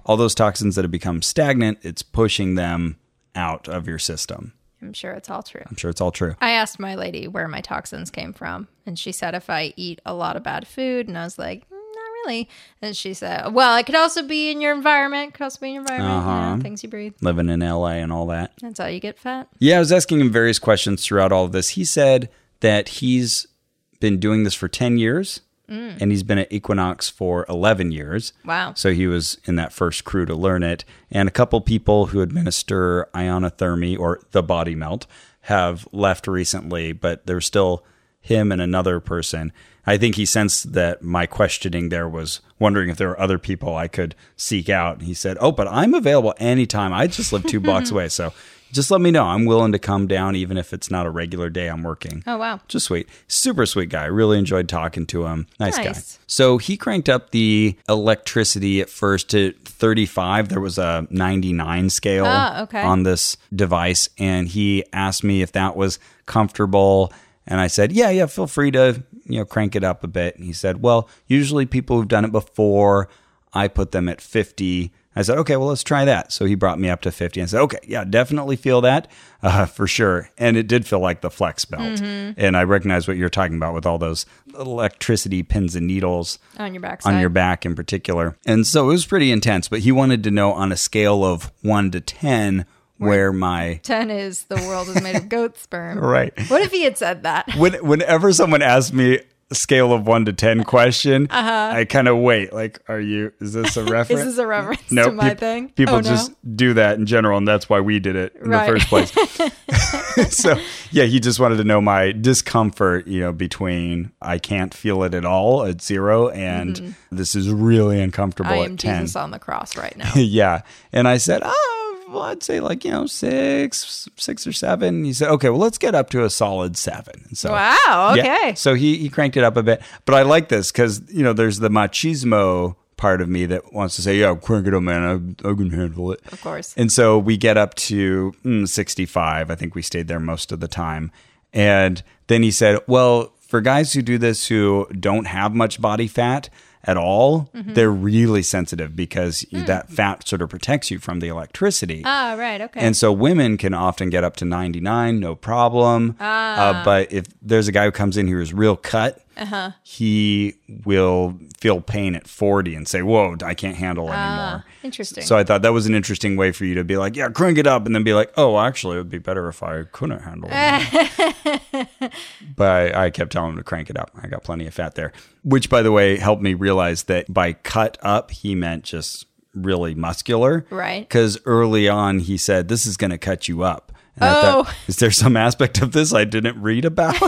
all those toxins that have become stagnant, it's pushing them out of your system. I'm sure it's all true. I'm sure it's all true. I asked my lady where my toxins came from, and she said if I eat a lot of bad food, and I was like, "Mm, not really. And she said, well, it could also be in your environment. Could also be in your environment, Uh-huh. you know, things you breathe. Living in LA and all that. That's how you get fat. Yeah, I was asking him various questions throughout all of this. He said that he's been doing this for 10 years and he's been at Equinox for 11 years. Wow. So he was in that first crew to learn it. And a couple people who administer ionothermy or the body melt have left recently, but there's still him and another person. I think he sensed that my questioning there was wondering if there were other people I could seek out. He said, Oh, but I'm available anytime. I just live two blocks away. So just let me know. I'm willing to come down, even if it's not a regular day I'm working. Oh, wow. Just sweet. Super sweet guy. Really enjoyed talking to him. Nice, Nice. guy. So he cranked up the electricity at first to 35. There was a 99 scale Ah, okay. on this device. And he asked me if that was comfortable. And I said, yeah, yeah, feel free to, you know, crank it up a bit. And he said, well, usually people who've done it before, I put them at 50. I said, okay, well, let's try that. So he brought me up to 50 and said, okay, yeah, definitely feel that uh, for sure. And it did feel like the flex belt. And I recognize what you're talking about with all those electricity pins and needles On your backside. on your back in particular. And so it was pretty intense, but he wanted to know on a scale of 1 to 10 where my 10 is the world is made of goat sperm. right. What if he had said that? When, whenever someone asks me scale of 1 to 10 question, I kind of wait like are you is this a reference? Uh-huh. Is this a reference no, to my peop- thing? People oh, no. just do that in general, and that's why we did it in Right. the first place. so, yeah, he just wanted to know my discomfort, you know, between I can't feel it at all at zero and this is really uncomfortable Mm-hmm. I at am 10. Jesus on the cross right now. yeah. And I said, oh, well, I'd say like, you know, six, six or seven. And he said, okay, well, let's get up to a solid seven. And so, wow. Okay. yeah. So he, he cranked it up a bit. But I like this because, you know, there's the machismo part of me that wants to say, yeah, crank it up, man. I, I can handle it. Of course. And so we get up to mm, 65. I think we stayed there most of the time. And then he said, well, for guys who do this who don't have much body fat at all, Mm-hmm. they're really sensitive because Mm. that fat sort of protects you from the electricity. Ah, right. Okay. And so women can often get up to 99, no problem. Uh, but if there's a guy who comes in who is real cut, he will feel pain at 40 and say, Whoa, I can't handle anymore. Interesting. So I thought that was an interesting way for you to be like, Yeah, crank it up. And then be like, Oh, actually, it would be better if I couldn't handle it. but I kept telling him to crank it up. I got plenty of fat there, which, by the way, helped me realize that by cut up, he meant just really muscular Right. because early on he said this is going to cut you up. And I Oh. thought, is there some aspect of this I didn't read about?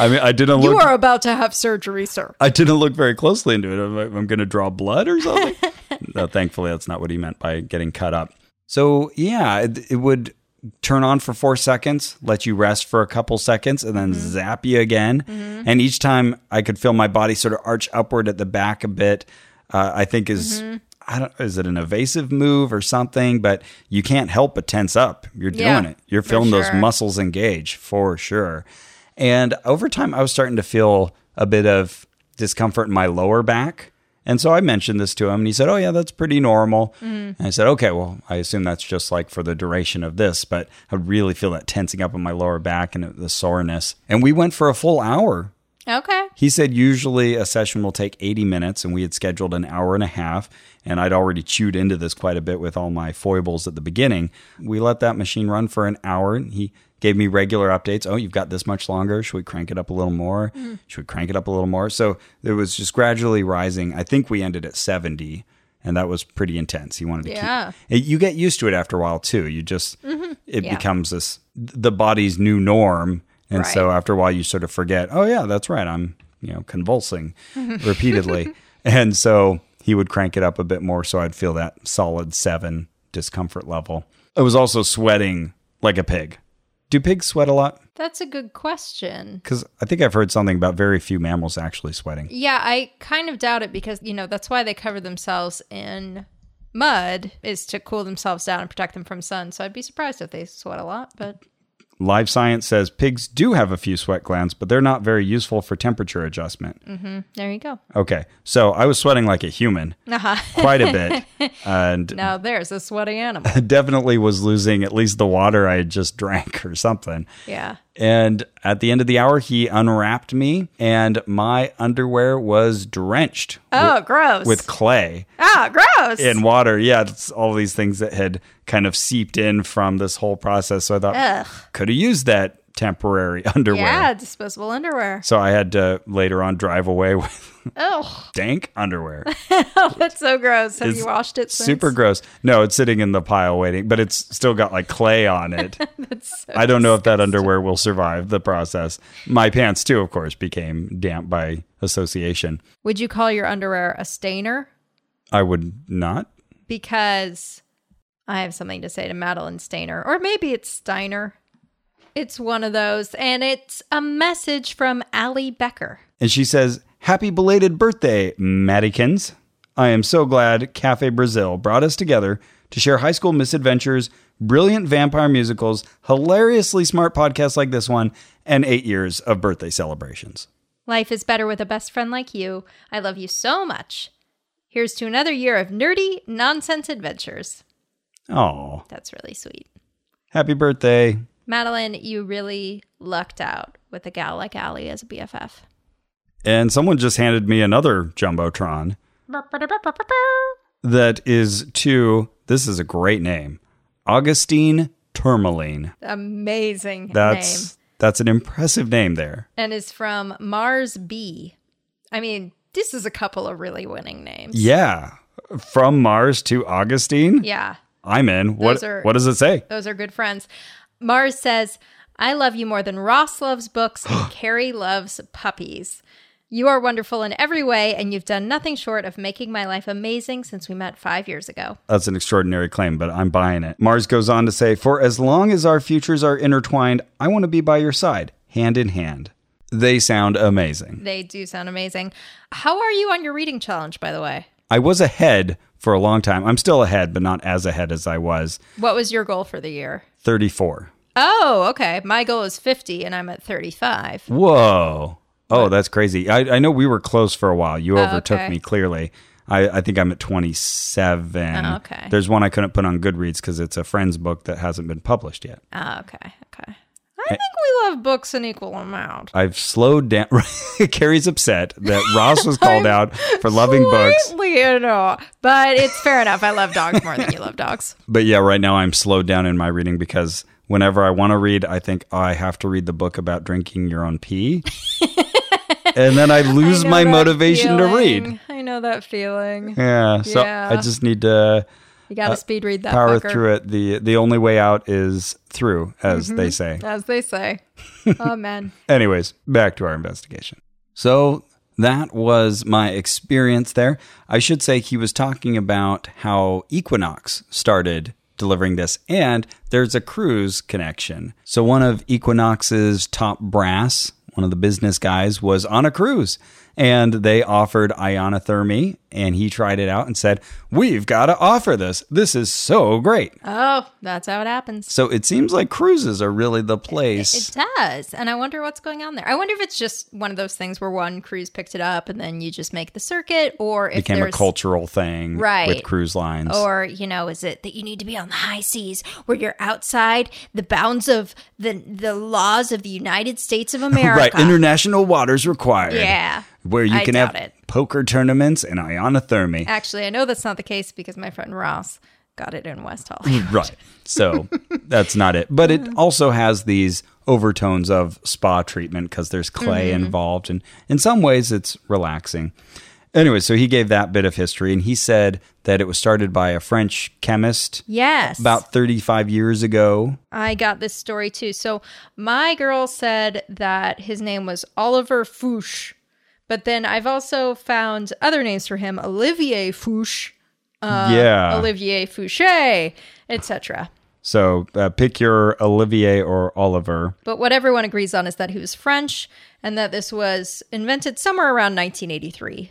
I mean, I didn't you look. are about to have surgery, sir. I didn't look very closely into it. I'm, like, I'm going to draw blood or something. No, thankfully, that's not what he meant by getting cut up. So yeah, it, it would turn on for four seconds, let you rest for a couple seconds, and then zap you again. And each time, I could feel my body sort of arch upward at the back a bit. Uh, I think is. I don't, is it an evasive move or something? But you can't help but tense up. You're doing Yeah, it. You're for feeling those sure. muscles engage for sure. And over time, I was starting to feel a bit of discomfort in my lower back. And so I mentioned this to him, and he said, "Oh yeah, that's pretty normal." Mm-hmm. And I said, "Okay, well, I assume that's just like for the duration of this, but I really feel that tensing up in my lower back and the soreness." And we went for a full hour Okay. he said usually a session will take 80 minutes, and we had scheduled an hour and a half. And I'd already chewed into this quite a bit with all my foibles at the beginning. We let that machine run for an hour, and he gave me regular updates. Oh, you've got this much longer. Should we crank it up a little more? Mm-hmm. Should we crank it up a little more? So it was just gradually rising. I think we ended at 70. And that was pretty intense. He wanted to Yeah. keep. You get used to it after a while too. You just it Mm-hmm. Yeah. becomes this the body's new norm, and Right. so after a while, you sort of forget, oh, yeah, that's right. I'm, you know, convulsing repeatedly. And so he would crank it up a bit more. So I'd feel that solid seven discomfort level. I was also sweating like a pig. Do pigs sweat a lot? That's a good question. Because I think I've heard something about very few mammals actually sweating. Yeah, I kind of doubt it because, you know, that's why they cover themselves in mud is to cool themselves down and protect them from sun. So I'd be surprised if they sweat a lot, but Live Science says pigs do have a few sweat glands, but they're not very useful for temperature adjustment. there you go. Okay. So I was sweating like a human Uh-huh. quite a bit. and now there's a sweaty animal. definitely was losing at least the water I had just drank or something. Yeah. And at the end of the hour, he unwrapped me, and my underwear was drenched Oh, gross. with clay Ah, gross. and water. Yeah, it's all these things that had kind of seeped in from this whole process. So I thought, Ugh. could have used that temporary underwear. yeah, disposable underwear. So I had to later on drive away with Oh, dank underwear. that's so gross. Have It's you washed it since? Super gross. No, it's sitting in the pile waiting, but it's still got like clay on it. That's so- I don't know if that underwear will survive the process. My pants, too, of course, became damp by association. Would you call your underwear a stainer? I would not. Because I have something to say to Madeline Stainer, or maybe it's Steiner. It's one of those, and it's a message from Allie Becker. And she says, Happy belated birthday, Maddikins. I am so glad Cafe Brazil brought us together to share high school misadventures, brilliant vampire musicals, hilariously smart podcasts like this one, and eight years of birthday celebrations. Life is better with a best friend like you. I love you so much. Here's to another year of nerdy nonsense adventures. Oh, That's really sweet. happy birthday. Madeline, you really lucked out with a gal like Allie as a BFF. And someone just handed me another Jumbotron. that is to this is a great name augustine tourmaline Amazing name. that's that's an impressive name there And is from Mars B. I mean, this is a couple of really winning names. yeah from mars to augustine Yeah, i'm in Those what are- what does it say those are good friends. Mars says, I love you more than Ross loves books and Carrie loves puppies. You are wonderful in every way, and you've done nothing short of making my life amazing since we met five years ago. that's an extraordinary claim but i'm buying it mars goes on to say for as long as our futures are intertwined i want to be by your side hand in hand they sound amazing They do sound amazing. How are you on your reading challenge, by the way? i was ahead for a long time i'm still ahead but not as ahead as i was What was your goal for the year? 34 Oh, okay. My goal is 50 and I'm at 35. Whoa. Oh, that's crazy. I, I know we were close for a while. You overtook Oh, okay. me clearly. I, I think I'm at 27. Oh, okay. There's one I couldn't put on Goodreads because it's a friend's book that hasn't been published yet. Ah, okay. Okay. I think we love books an equal amount. I've slowed down. Carrie's upset that Ross was called out for loving books. You know, but it's fair enough. I love dogs more than you love dogs. But yeah, right now I'm slowed down in my reading because whenever I want to read, I think "Oh, I have to read the book about drinking your own pee. and then I lose I know my that motivation to feeling. read. I know that feeling. Yeah. So Yeah. I just need to. You got to speed read that Uh, power fucker, through it. The the only way out is through, as Mm-hmm. they say. as they say. oh man, Anyways, back to our investigation. So that was my experience there. I should say he was talking about how Equinox started delivering this, and there's a cruise connection. So one of Equinox's top brass, one of the business guys, was on a cruise and they offered ionothermy, and he tried it out and said, "We've got to offer this. This is so great." Oh, that's how it happens. So it seems like cruises are really the place. It does. And I wonder what's going on there. I wonder if it's just one of those things where one cruise picked it up and then you just make the circuit or if became a there's cultural thing with Right. cruise lines. or, you know, is it that you need to be on the high seas where you're outside the bounds of the the laws of the United States of America? Right, international waters required. Yeah. Where you I can have doubt it. Uh, poker tournaments and ionothermy. Actually, I know that's not the case because my friend Ross got it in West Hall. Right. So that's not it. But Mm. it also has these overtones of spa treatment because there's clay Mm-hmm. involved. And in some ways, it's relaxing. Anyway, so he gave that bit of history and he said that it was started by a French chemist yes. about 35 years ago. I got this story too. So my girl said that his name was Oliver Fouche, but then I've also found other names for him: Olivier Fouche, yeah. Uh, Olivier Fouché, etc. so uh, pick your Olivier or Oliver. But what everyone agrees on is that he was French and that this was invented somewhere around 1983,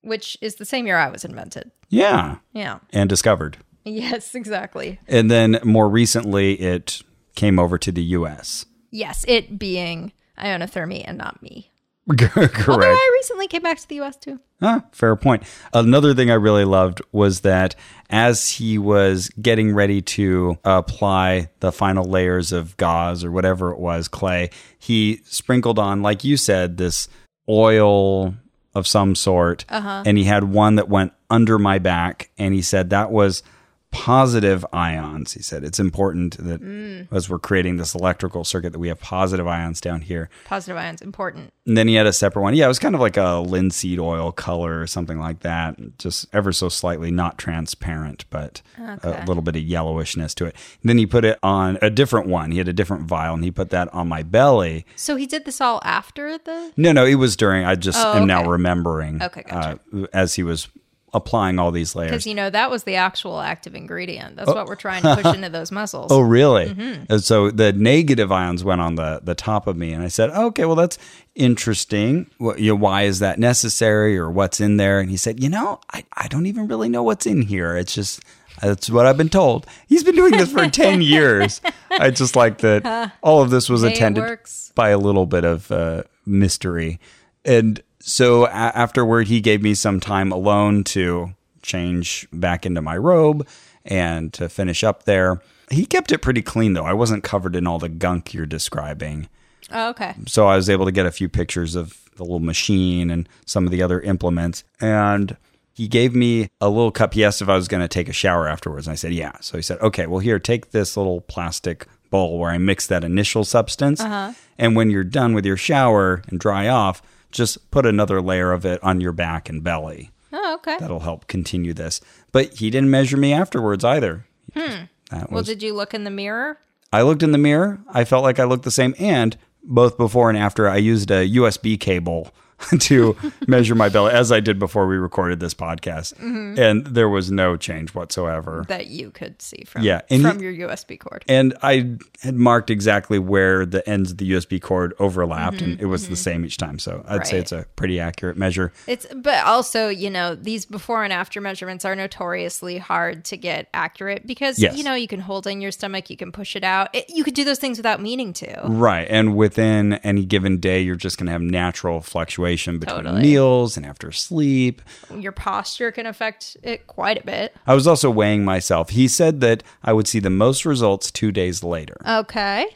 which is the same year I was invented. Yeah. Yeah. And discovered. Yes, exactly. And then more recently, it came over to the US. Yes, it being Ionothermy and not me. Correct. Although I recently came back to the US too. Huh, fair point. Another thing I really loved was that as he was getting ready to apply the final layers of gauze or whatever it was, clay, he sprinkled on, like you said, this oil of some sort. And he had one that went under my back. And he said that was positive ions. He said it's important that as we're creating this electrical circuit that we have positive ions down here. Positive ions important. And then he had a separate one. Yeah, it was kind of like a linseed oil color or something like that. Just ever so slightly not transparent, but a little bit of yellowishness to it. And then he put it on a different one. He had a different vial and he put that on my belly. So he did this all after the No, no, it was during, I just am now Oh, okay. remembering Okay, gotcha. uh, as he was applying all these layers. because you know that was the actual active ingredient. That's what we're trying to push into those muscles. Oh, really? And so the negative ions went on the the top of me, and I said, "Oh, "Okay, well, that's interesting. What, you know, why is that necessary, or what's in there?" And he said, "You know, I, I don't even really know what's in here. It's just that's what I've been told. He's been doing this for ten years. I just like that all of this was it attended works. by a little bit of uh, mystery, and so a- afterward, he gave me some time alone to change back into my robe and to finish up there. He kept it pretty clean though. I wasn't covered in all the gunk you're describing. Oh, okay. So I was able to get a few pictures of the little machine and some of the other implements. And he gave me a little cup. He asked if I was going to take a shower afterwards. And I said, yeah. So he said, okay, well, here, take this little plastic bowl where I mix that initial substance. And when you're done with your shower and dry off, just put another layer of it on your back and belly. Oh, okay. That'll help continue this. But he didn't measure me afterwards either. That Well, was, did you look in the mirror? I looked in the mirror. I felt like I looked the same. And both before and after, I used a USB cable to measure my belly, as I did before we recorded this podcast. Mm-hmm. And there was no change whatsoever. That you could see from Yeah, and from your USB cord. And I had marked exactly where the ends of the USB cord overlapped, and it was the same each time. So I'd Mm-hmm, say Right. it's a pretty accurate measure. It's but also you know these before and after measurements are notoriously hard to get accurate because Yes. you know you can hold it in your stomach, you can push it out, it, you could do those things without meaning to. Right. And within any given day, you're just going to have natural fluctuation between Totally. meals and after sleep. Your posture can affect it quite a bit. I was also weighing myself. He said that I would see the most results two days later. Okay,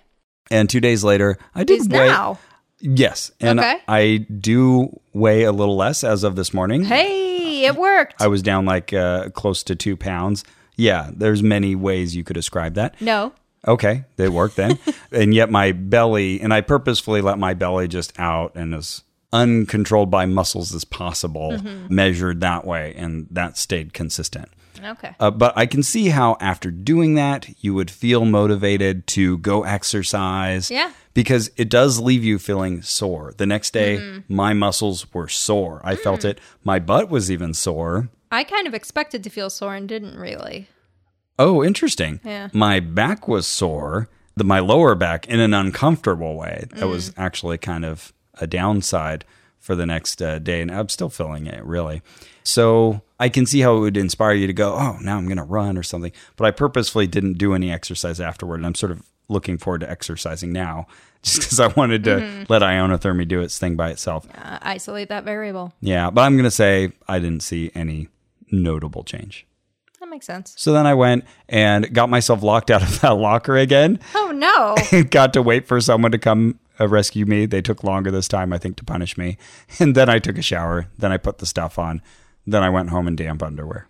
And two days later, I did is weigh. now. Yes. And Okay. I do weigh a little less as of this morning. Hey, it worked. I was down like uh, close to two pounds. Yeah, there's many ways you could describe that. no, Okay, they work then. and yet my belly, and I purposefully let my belly just out and as uncontrolled by muscles as possible, Mm-hmm. measured that way. And that stayed consistent. okay. Uh, but I can see how after doing that, you would feel motivated to go exercise. Yeah. Because it does leave you feeling sore. The next day, Mm-hmm. my muscles were sore. I felt Mm. it. My butt was even sore. I kind of expected to feel sore and didn't really. Oh, interesting. Yeah. My back was sore, the, my lower back in an uncomfortable way. That was actually kind of a downside for the next uh, day, and I'm still feeling it really. So I can see how it would inspire you to go, oh, now I'm going to run or something. But I purposefully didn't do any exercise afterward, and I'm sort of looking forward to exercising now, just because I wanted to let ionothermy do its thing by itself. Uh, isolate that variable. Yeah, but I'm going to say I didn't see any notable change. That makes sense. So then I went and got myself locked out of that locker again Oh no. and got to wait for someone to come uh, rescue me. They took longer this time, I think, to punish me. And then I took a shower. Then I put the stuff on. Then I went home in damp underwear.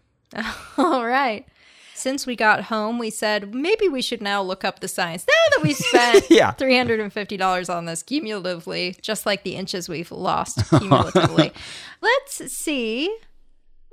All right. Since we got home, we said maybe we should now look up the science. Now that we spent Yeah. $350 on this cumulatively, just like the inches we've lost cumulatively, let's see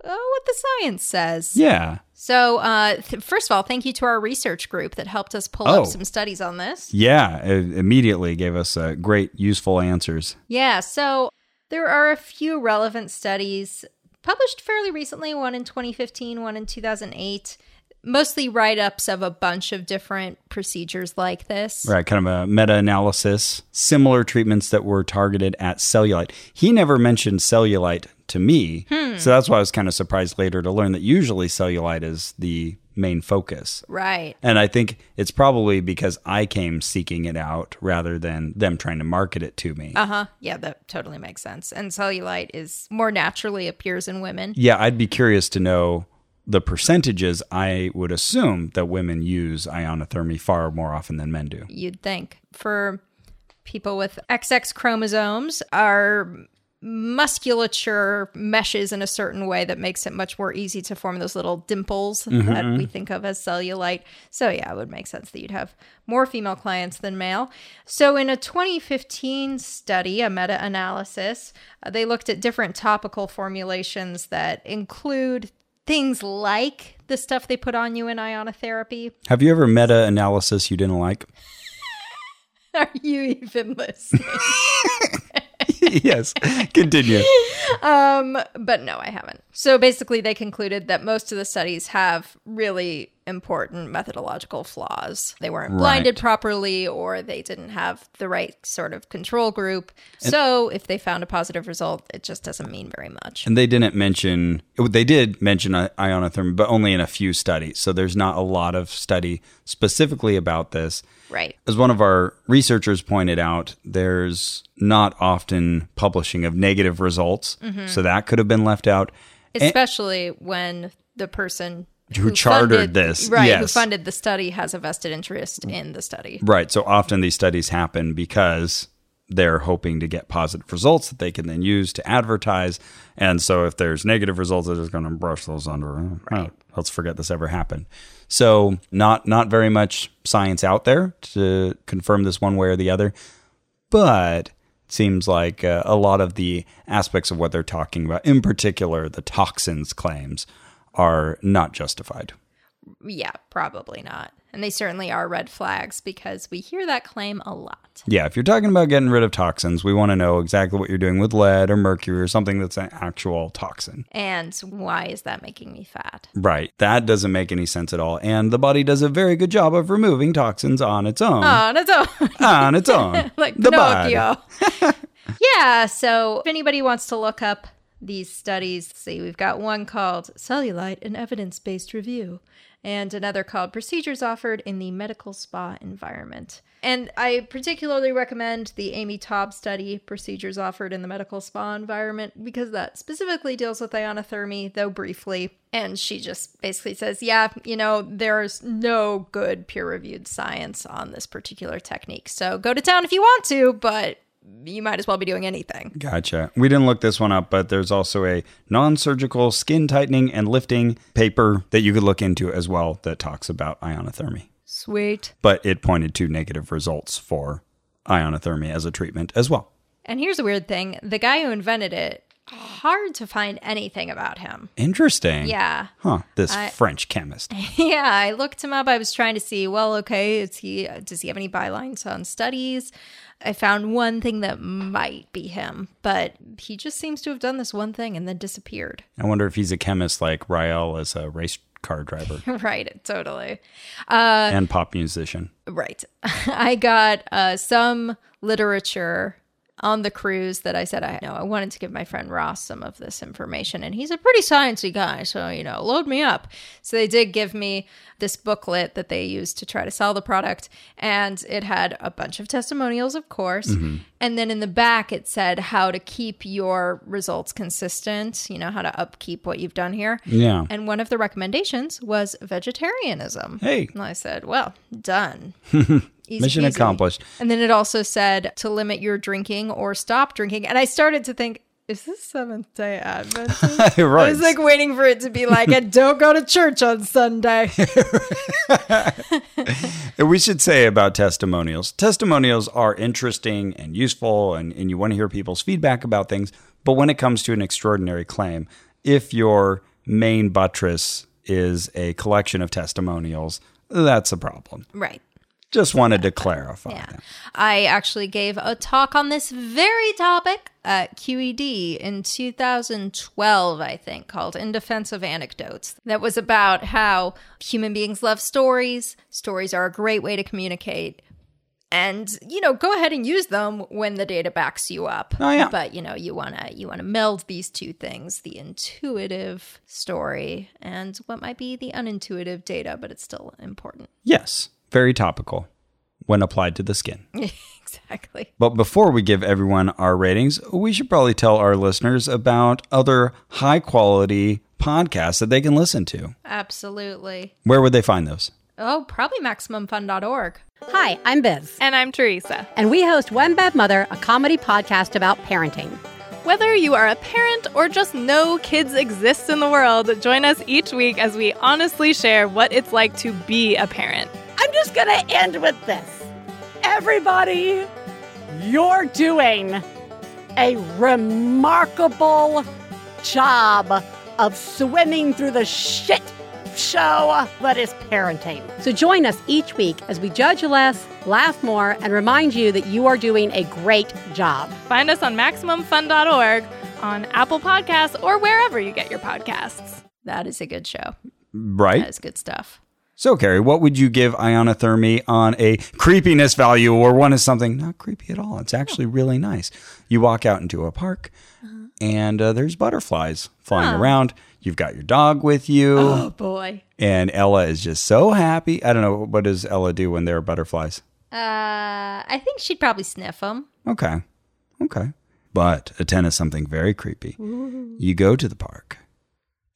uh, what the science says. Yeah. So, uh, th- first of all, thank you to our research group that helped us pull Oh. up some studies on this. Yeah. It immediately gave us uh, great, useful answers. Yeah, so there are a few relevant studies published fairly recently, one in 2015, one in 2008, mostly write ups of a bunch of different procedures like this. Right. Kind of a meta analysis, similar treatments that were targeted at cellulite. He never mentioned cellulite to me. So that's why I was kind of surprised later to learn that usually cellulite is the main focus Right. And I think it's probably because I came seeking it out rather than them trying to market it to me. Uh huh. Yeah, that totally makes sense. And cellulite is more naturally appears in women. yeah, I'd be curious to know the percentages I would assume that women use ionothermy far more often than men do. You'd think for people with XX chromosomes, our musculature meshes in a certain way that makes it much more easy to form those little dimples that we think of as cellulite. So, yeah, it would make sense that you'd have more female clients than male. So, in a 2015 study, a meta analysis, they looked at different topical formulations that include things like the stuff they put on you in ionotherapy. Have you ever meta analysis you didn't like? Are you even listening? yes. Continue. but no, I haven't. So basically, they concluded that most of the studies have really important methodological flaws. They weren't blinded Right. properly, or they didn't have the right sort of control group. so if they found a positive result, it just doesn't mean very much. And they didn't mention, they did mention i- ionothermy, but only in a few studies. So there's not a lot of study specifically about this. Right. as one of our researchers pointed out, there's not often publishing of negative results. So that could have been left out. Especially when the person Who chartered this, right? Who yes. Mm. funded the study has a vested interest in the study. Right. So often these studies happen because they're hoping to get positive results that they can then use to advertise. And so if there's negative results, they're just going to brush those under. Oh, let's forget this ever happened. So not not very much science out there to confirm this one way or the other. but it seems like uh, a lot of the aspects of what they're talking about, in particular the toxins claims, are not justified. Yeah, probably not. And they certainly are red flags because we hear that claim a lot. Yeah, if you're talking about getting rid of toxins, we want to know exactly what you're doing with lead or mercury or something that's an actual toxin. And why is that making me fat? Right. That doesn't make any sense at all. And the body does a very good job of removing toxins on its own. Oh, that's all. on its own. like the body. Pinocchio. yeah. So if anybody wants to look up these studies, let's see, we've got one called Cellulite, an evidence based review, and another called Procedures Offered in the Medical Spa Environment. And I particularly recommend the Amy Taub study, Procedures Offered in the Medical Spa Environment, because that specifically deals with ionothermy, though briefly. And she just basically says, yeah, you know, there's no good peer reviewed science on this particular technique. So go to town if you want to, but you might as well be doing anything. Gotcha. We didn't look this one up, but there's also a non surgical skin tightening and lifting paper that you could look into as well that talks about ionothermy. Sweet. But it pointed to negative results for ionothermy as a treatment as well. And here's a weird thing the guy who invented it, hard to find anything about him. Interesting. Yeah. Huh. This French chemist. Yeah, I looked him up. I was trying to see, well, okay, is he does he have any bylines on studies? I found one thing that might be him, but he just seems to have done this one thing and then disappeared. I wonder if he's a chemist like Rael is a race car driver right, totally. Uh, and pop musician. Right. I got uh, some literature on the cruise that I said I know I wanted to give my friend Ross some of this information and he's a pretty sciencey guy so you know load me up. So they did give me this booklet that they used to try to sell the product and it had a bunch of testimonials of course Mm-hmm. and then in the back it said how to keep your results consistent, you know how to upkeep what you've done here. Yeah. And one of the recommendations was vegetarianism. Hey. And I said, well, done. Easy Mission peasy. accomplished. And then it also said to limit your drinking or stop drinking. And I started to think, is this Seventh day Adventist? I right. was like waiting for it to be like, and don't go to church on Sunday. And we should say about testimonials testimonials are interesting and useful, and, and you want to hear people's feedback about things. But when it comes to an extraordinary claim, if your main buttress is a collection of testimonials, that's a problem. right. Just wanted to clarify that. I actually gave a talk on this very topic at QED in 2012, I think, called In Defense of Anecdotes. That was about how human beings love stories, stories are a great way to communicate. And you know, go ahead and use them when the data backs you up. Oh, yeah. But you know, you wanna you wanna meld these two things: the intuitive story and what might be the unintuitive data, but it's still important. Yes, very topical when applied to the skin. exactly. But before we give everyone our ratings, we should probably tell our listeners about other high quality podcasts that they can listen to. Absolutely. Where would they find those? Oh, probably MaximumFun.org. Hi, I'm Biz, And I'm Teresa. and we host One Bad Mother, a comedy podcast about parenting. Whether you are a parent or just know kids exist in the world, join us each week as we honestly share what it's like to be a parent. I'm just going to end with this. Everybody, you're doing a remarkable job of swimming through the shit show that is parenting. So join us each week as we judge less, laugh more, and remind you that you are doing a great job. Find us on MaximumFun.org, on Apple Podcasts, or wherever you get your podcasts. That is a good show. Right? That is good stuff. So, Carrie, what would you give ionothermy on a creepiness value or one is something not creepy at all? It's actually really nice. You walk out into a park and uh, there's butterflies flying around. You've got your dog with you, Oh boy. and Ella is just so happy. I don't know. What does Ella do when there are butterflies? Uh, I think she'd probably sniff them. Okay. Okay. But a 10 is something very creepy. You go to the park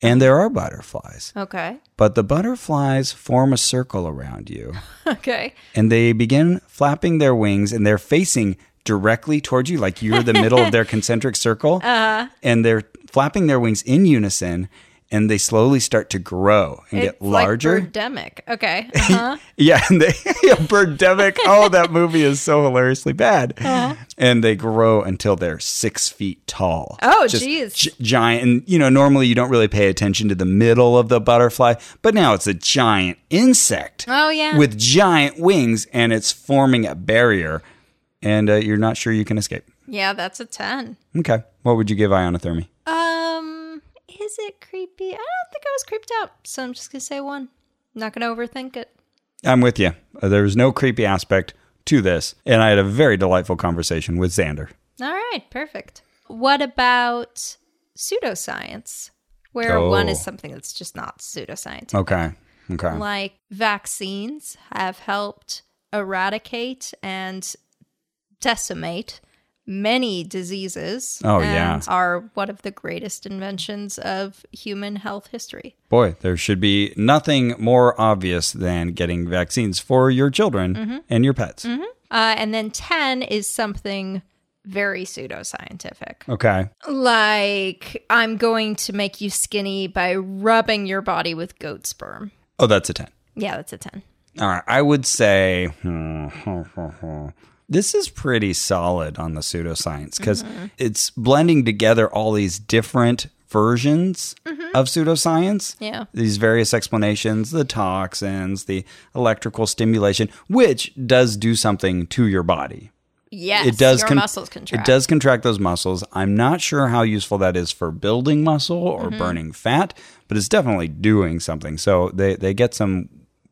and there are butterflies, Okay. but the butterflies form a circle around you. Okay. and they begin flapping their wings and they're facing directly towards you like you're the middle of their concentric circle and they're flapping their wings in unison and they slowly start to grow and get larger Like birdemic. okay. Uh-huh. yeah and they birdemic oh that movie is so hilariously bad Uh-huh. and they grow until they're six feet tall Oh, Just geez. gi- giant and you know normally you don't really pay attention to the middle of the butterfly but now it's a giant insect Oh, yeah. with giant wings and it's forming a barrier and uh, you're not sure you can escape. yeah, that's a 10. Okay. What would you give ionothermy? Um, is it creepy? I don't think I was creeped out, so I'm just going to say one. Not going to overthink it. I'm with you. Uh, There was no creepy aspect to this. And I had a very delightful conversation with Xander. All right, perfect. What about pseudoscience? Where Oh. one is something that's just not pseudoscientific. Okay. Okay. like vaccines have helped eradicate and decimate many diseases. Oh, and yeah. Are one of the greatest inventions of human health history. Boy, there should be nothing more obvious than getting vaccines for your children and your pets. Uh, and then 10 is something very pseudoscientific. Okay. Like, I'm going to make you skinny by rubbing your body with goat sperm. Oh, that's a 10. Yeah, that's a 10. All right. I would say hmm, this is pretty solid on the pseudoscience because it's blending together all these different versions of pseudoscience. Yeah. These various explanations, the toxins, the electrical stimulation, which does do something to your body. Yes, It does your con- muscles contract. It does contract those muscles. I'm not sure how useful that is for building Mm-hmm. muscle or burning fat, but it's definitely doing something. So they they get some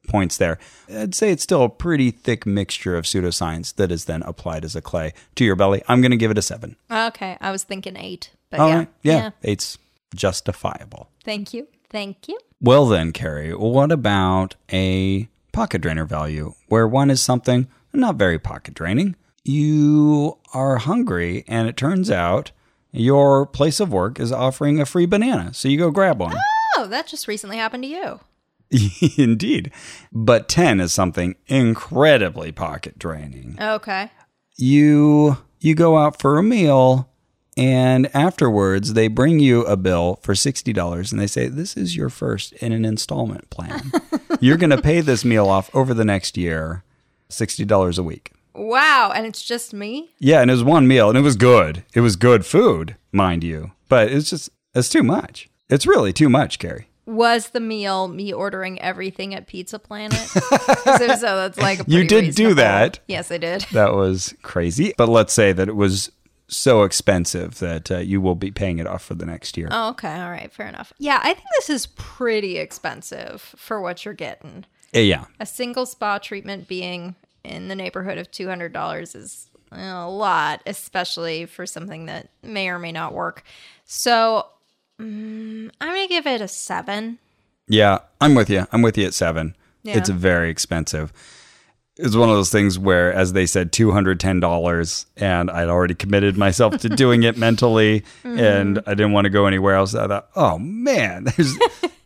points there. I'd say it's still a pretty thick mixture of pseudoscience that is then applied as a clay to your belly. I'm going to give it a seven. Okay, I was thinking eight, but All yeah. right, Oh, yeah. It's justifiable. Thank you. Thank you. Well, then, Carrie, what about a pocket drainer value where one is something not very pocket draining? You are hungry, and it turns out your place of work is offering a free banana. So you go grab one. Oh, that just recently happened to you. Indeed. But 10 is something incredibly pocket draining. Okay. You you go out for a meal and afterwards they bring you a bill for $60 and they say this is your first in an installment plan. You're going to pay this meal off over the next year, $60 a week. Wow, and it's just me? Yeah, and it was one meal and it was good. It was good food, mind you. But it's just it's too much. It's really too much, Carrie. Was the meal me ordering everything at Pizza Planet? 'Cause if so that's like a You pretty did do reasonable- that. Yes, I did. that was crazy. But let's say that it was so expensive that uh, you will be paying it off for the next year. Oh, okay, all right, fair enough. Yeah, I think this is pretty expensive for what you're getting. Eh, yeah. A single spa treatment being in the neighborhood of two hundred dollars is eh, a lot, especially for something that may or may not work. So mm, I'm gonna give it a seven. Yeah. I'm with you. I'm with you at seven. Yeah. It's very expensive. It's one of those things where, as they said, $210, and I'd already committed myself to doing it mentally, Mm-hmm. and I didn't want to go anywhere else. I thought, oh man, there's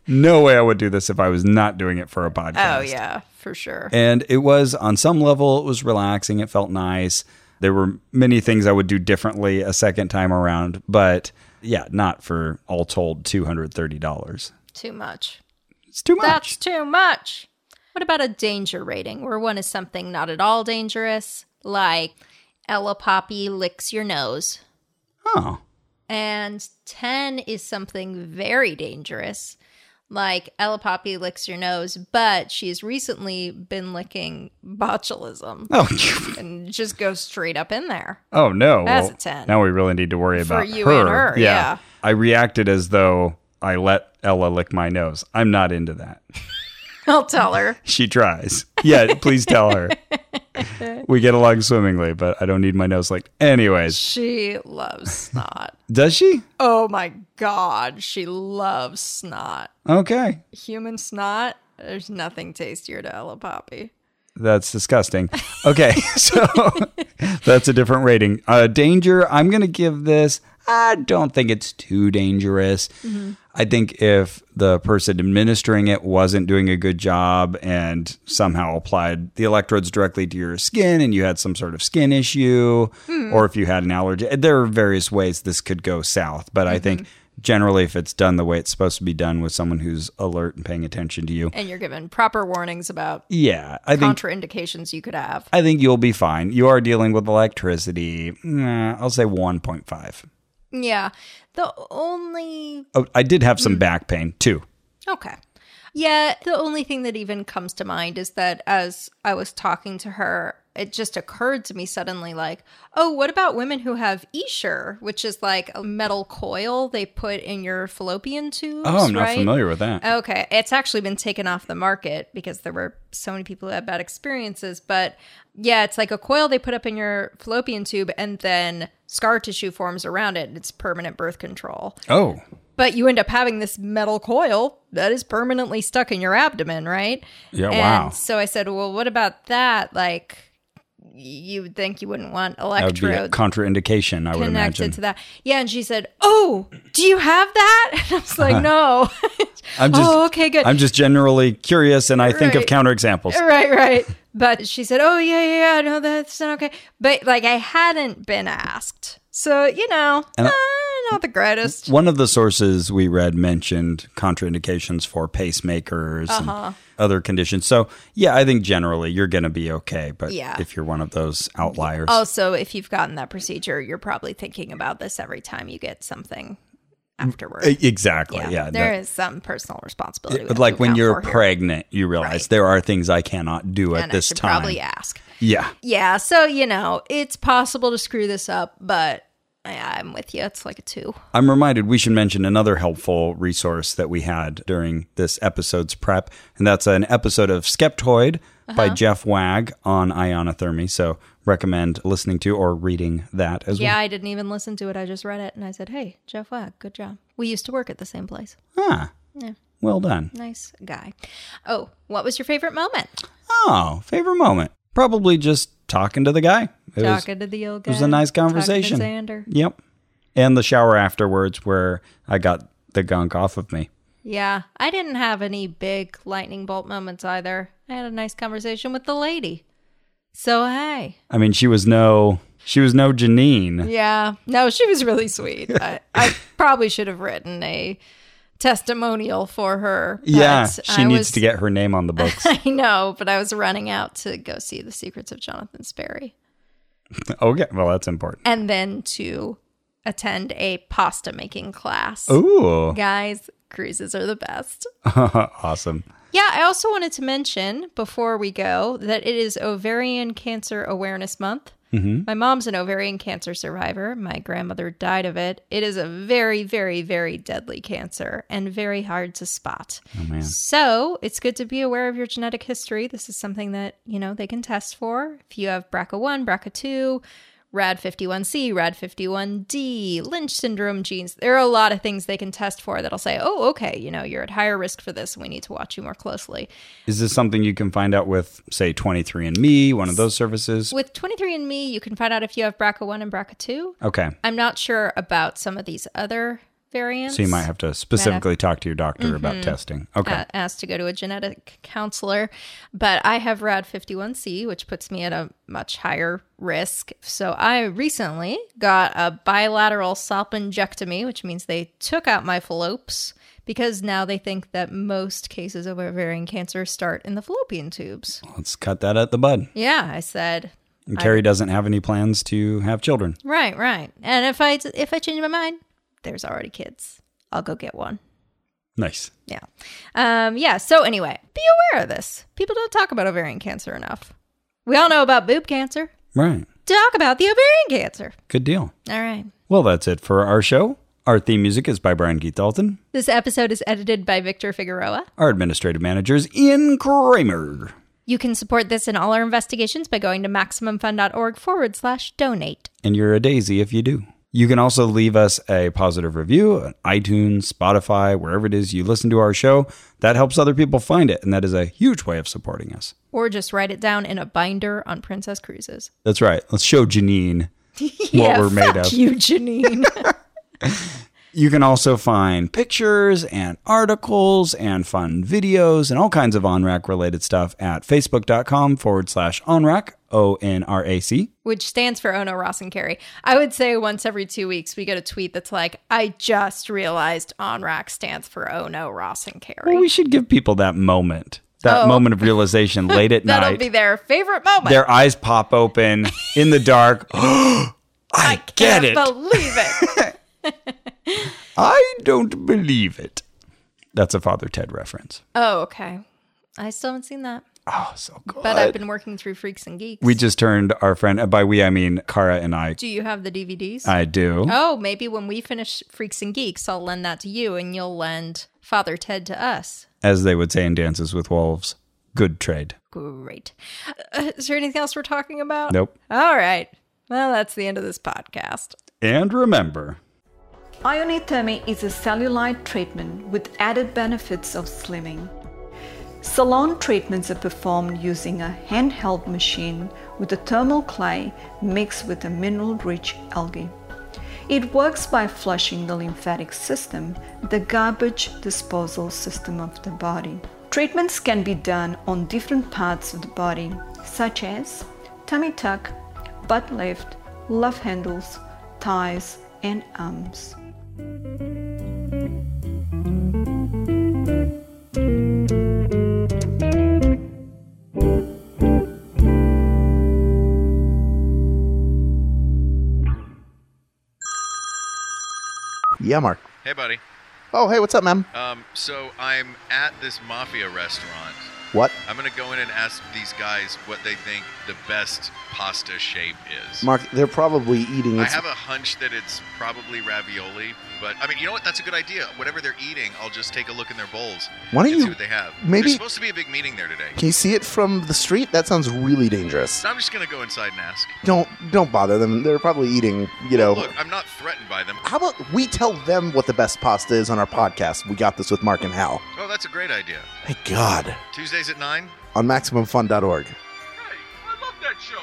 no way I would do this if I was not doing it for a podcast. Oh yeah, for sure. And it was on some level, it was relaxing. It felt nice. There were many things I would do differently a second time around, but yeah, not for all told $230. Too much. It's too much. That's too much. What about a danger rating where one is something not at all dangerous, like Ella Poppy licks your nose, oh, and 10 is something very dangerous, like Ella Poppy licks your nose, but she's recently been licking botulism oh, and just goes straight up in there. oh no. That's Well, a 10. Now we really need to worry For about you her. and her, yeah. I reacted as though I let Ella lick my nose. I'm not into that. I'll tell her. She tries. Yeah, please tell her. we get along swimmingly, but I don't need my nose licked. Anyways, She loves snot. does she? Oh my God, she loves snot. Okay. human snot, there's nothing tastier to Ella Poppy. That's disgusting. Okay, so that's a different rating. Uh, danger, I'm going to give this, I don't think it's too dangerous. I think if the person administering it wasn't doing a good job and somehow applied the electrodes directly to your skin and you had some sort of skin issue, or if you had an allergy, there are various ways this could go south. But I think generally, if it's done the way it's supposed to be done with someone who's alert and paying attention to you, And you're given proper warnings about yeah, I think contraindications you could have. I think you'll be fine. You are dealing with electricity. Nah, I'll say 1.5. Yeah. The only. Oh, I did have Hmm. some back pain too. Okay. Yeah, the only thing that even comes to mind is that as I was talking to her, it just occurred to me suddenly like, oh, what about women who have Escher, which is like a metal coil they put in your fallopian tubes? Oh, I'm not right? Oh. familiar with that. Okay. It's actually been taken off the market because there were so many people who had bad experiences. But yeah, it's like a coil they put up in your fallopian tube and then scar tissue forms around it. It's permanent birth control. Oh, But you end up having this metal coil that is permanently stuck in your abdomen, right? Yeah, And wow. So I said, well, what about that? Like, you would think you wouldn't want that would be a electrodes contraindication, I would connected imagine. to that. Yeah, and she said, "Oh, do you have that?" And I was like, "No." I'm just, oh, okay, good. I'm just generally curious and I think of Right. counterexamples. Right, right. But she said, "Oh yeah, yeah, yeah, no, that's not okay." But like, I hadn't been asked, so you know, And I- eh, not the greatest. One of the sources we read mentioned contraindications for pacemakers Uh-huh. and other conditions. So, yeah, I think generally you're going to be okay. But Yeah. Oh. if you're one of those outliers, Also, if you've gotten that procedure, you're probably thinking about this every time you get something afterward. E- exactly. Yeah. there is that- some personal responsibility. we But have like to when account you're for here. pregnant, you realize Right. there are things I cannot do at and this I should time. probably ask. yeah. Yeah, so you know, it's possible to screw this up, but Yeah, I'm with you. It's like a two. I'm reminded we should mention another helpful resource that we had during this episode's prep, and that's an episode of Skeptoid by Uh-huh. Jeff Wag on ionothermy. So recommend listening to or reading that as Yeah, I didn't even listen to it. I just read it and I said, hey, Jeff Wag, good job. We used to work at the same place. well. Ah, Well done. Nice guy. Oh, what was your favorite moment? Oh, favorite moment. Probably just talking to the guy. It was- talking to the old guy. It was a nice conversation. Talking to Xander. Yep. And the shower afterwards where I got the gunk off of me. Yeah, I didn't have any big lightning bolt moments either. I had a nice conversation with the lady. So hey, I mean, she was no she was no Janine. yeah, no, she was really sweet. I, I probably should have written a testimonial for her. but Yeah, she I needs was- to get her name on the books. I know, but I was running out to go see the Secrets of Jonathan Sperry, okay, well that's important. and then to attend a pasta making class. Oh, Ooh, Guys, cruises are the best. awesome. Yeah, I also wanted to mention before we go that it is Ovarian Cancer Awareness Month. My mom's an ovarian cancer survivor. My grandmother died of it. It is a very, very, very deadly cancer and very hard to spot. Oh, man. So it's good to be aware of your genetic history. This is something that, you know, they can test for. If you have BRCA1, BRCA2, RAD51C, RAD51D, Lynch syndrome genes. There are a lot of things they can test for that'll say, oh, okay, you know, you're at higher risk for this and we need to watch you more closely. Is this something you can find out with, say, 23andMe, one of those services? With 23andMe, you can find out if you have BRCA1 and BRCA2. Okay. I'm not sure about some of these other variants. So you might have to specifically talk to your doctor Mm-hmm. about testing. Okay. a- uh, asked to go to a genetic counselor, but I have RAD 51C, which puts me at a much higher risk. So I recently got a bilateral salpingectomy, which means they took out my fallopes because now they think that most cases of ovarian cancer start in the fallopian tubes. Let's cut that at the bud. Yeah, I said. And Carrie doesn't have any plans to have children. Right, right. And if I if I change my mind, there's already kids. I'll go get one. Nice. Yeah. Um, yeah. So, anyway, be aware of this. People don't talk about ovarian cancer enough. We all know about boob cancer. Right. Talk about the ovarian cancer. Good deal. All right. Well, that's it for our show. Our theme music is by Brian Keith Dalton. This episode is edited by Victor Figueroa. Our administrative manager is Ian Kramer. You can support this and all our investigations by going to MaximumFund.org forward slash donate. And you're a daisy if you do. You can also leave us a positive review on iTunes, Spotify, wherever it is you listen to our show. That helps other people find it, and that is a huge way of supporting us. Or just write it down in a binder on Princess Cruises. That's right. Let's show Janine what we're made of. you, Janine. You can also find pictures and articles and fun videos and all kinds of OnRack related stuff at facebook.com forward slash OnRack, O N R A C. which stands for Ono Ross and Carrie. I would say once every two weeks we get a tweet that's like, I just realized ONRAC stands for Ono Ross and Carrie. Well, we should give people that moment, that moment of realization late at Oh. That'll night. be their favorite moment. Their eyes pop open in the dark. I, get Can't it. believe it. I don't believe it. That's a Father Ted reference. oh, okay. I still haven't seen that, Oh, so good. but I've been working through Freaks and Geeks. we just turned our friend, and by we I mean Kara and I. Do you have the DVDs? I do. oh, maybe when we finish Freaks and Geeks, I'll lend that to you and you'll lend Father Ted to us. as they would say in Dances with Wolves. Good trade. Great. Uh, is there anything else we're talking about? Nope. All right. Well, that's the end of this podcast. And remember, Ionothermy is a cellulite treatment with added benefits of slimming. Salon treatments are performed using a handheld machine with a thermal clay mixed with a mineral rich algae. It works by flushing the lymphatic system, the garbage disposal system of the body. Treatments can be done on different parts of the body, such as tummy tuck, butt lift, love handles, thighs, and arms. Yeah, Mark. Hey, buddy. Oh, hey, what's up, man? Um, so I'm at this mafia restaurant, What? I'm gonna go in and ask these guys what they think the best pasta shape is. Mark, they're probably eating. I it's- have a hunch that it's probably ravioli, but I mean, you know what? That's a good idea. Whatever ththey're eating, I'll just take a look in their bowls Why don't and you- see what they have. maybe- There's supposed to be a big meeting there today. Can you see it from the street? That sounds really dangerous. So I'm just gonna go inside and ask. Don't don't bother them. They're probably eating. You know. Look, I'm not threatened by them. How about we tell them what the best pasta is on our podcast? We got this with Mark and Hal. Oh, that's a great idea. My God. Tuesdays at nine. On MaximumFun.org. Hey, I love that show.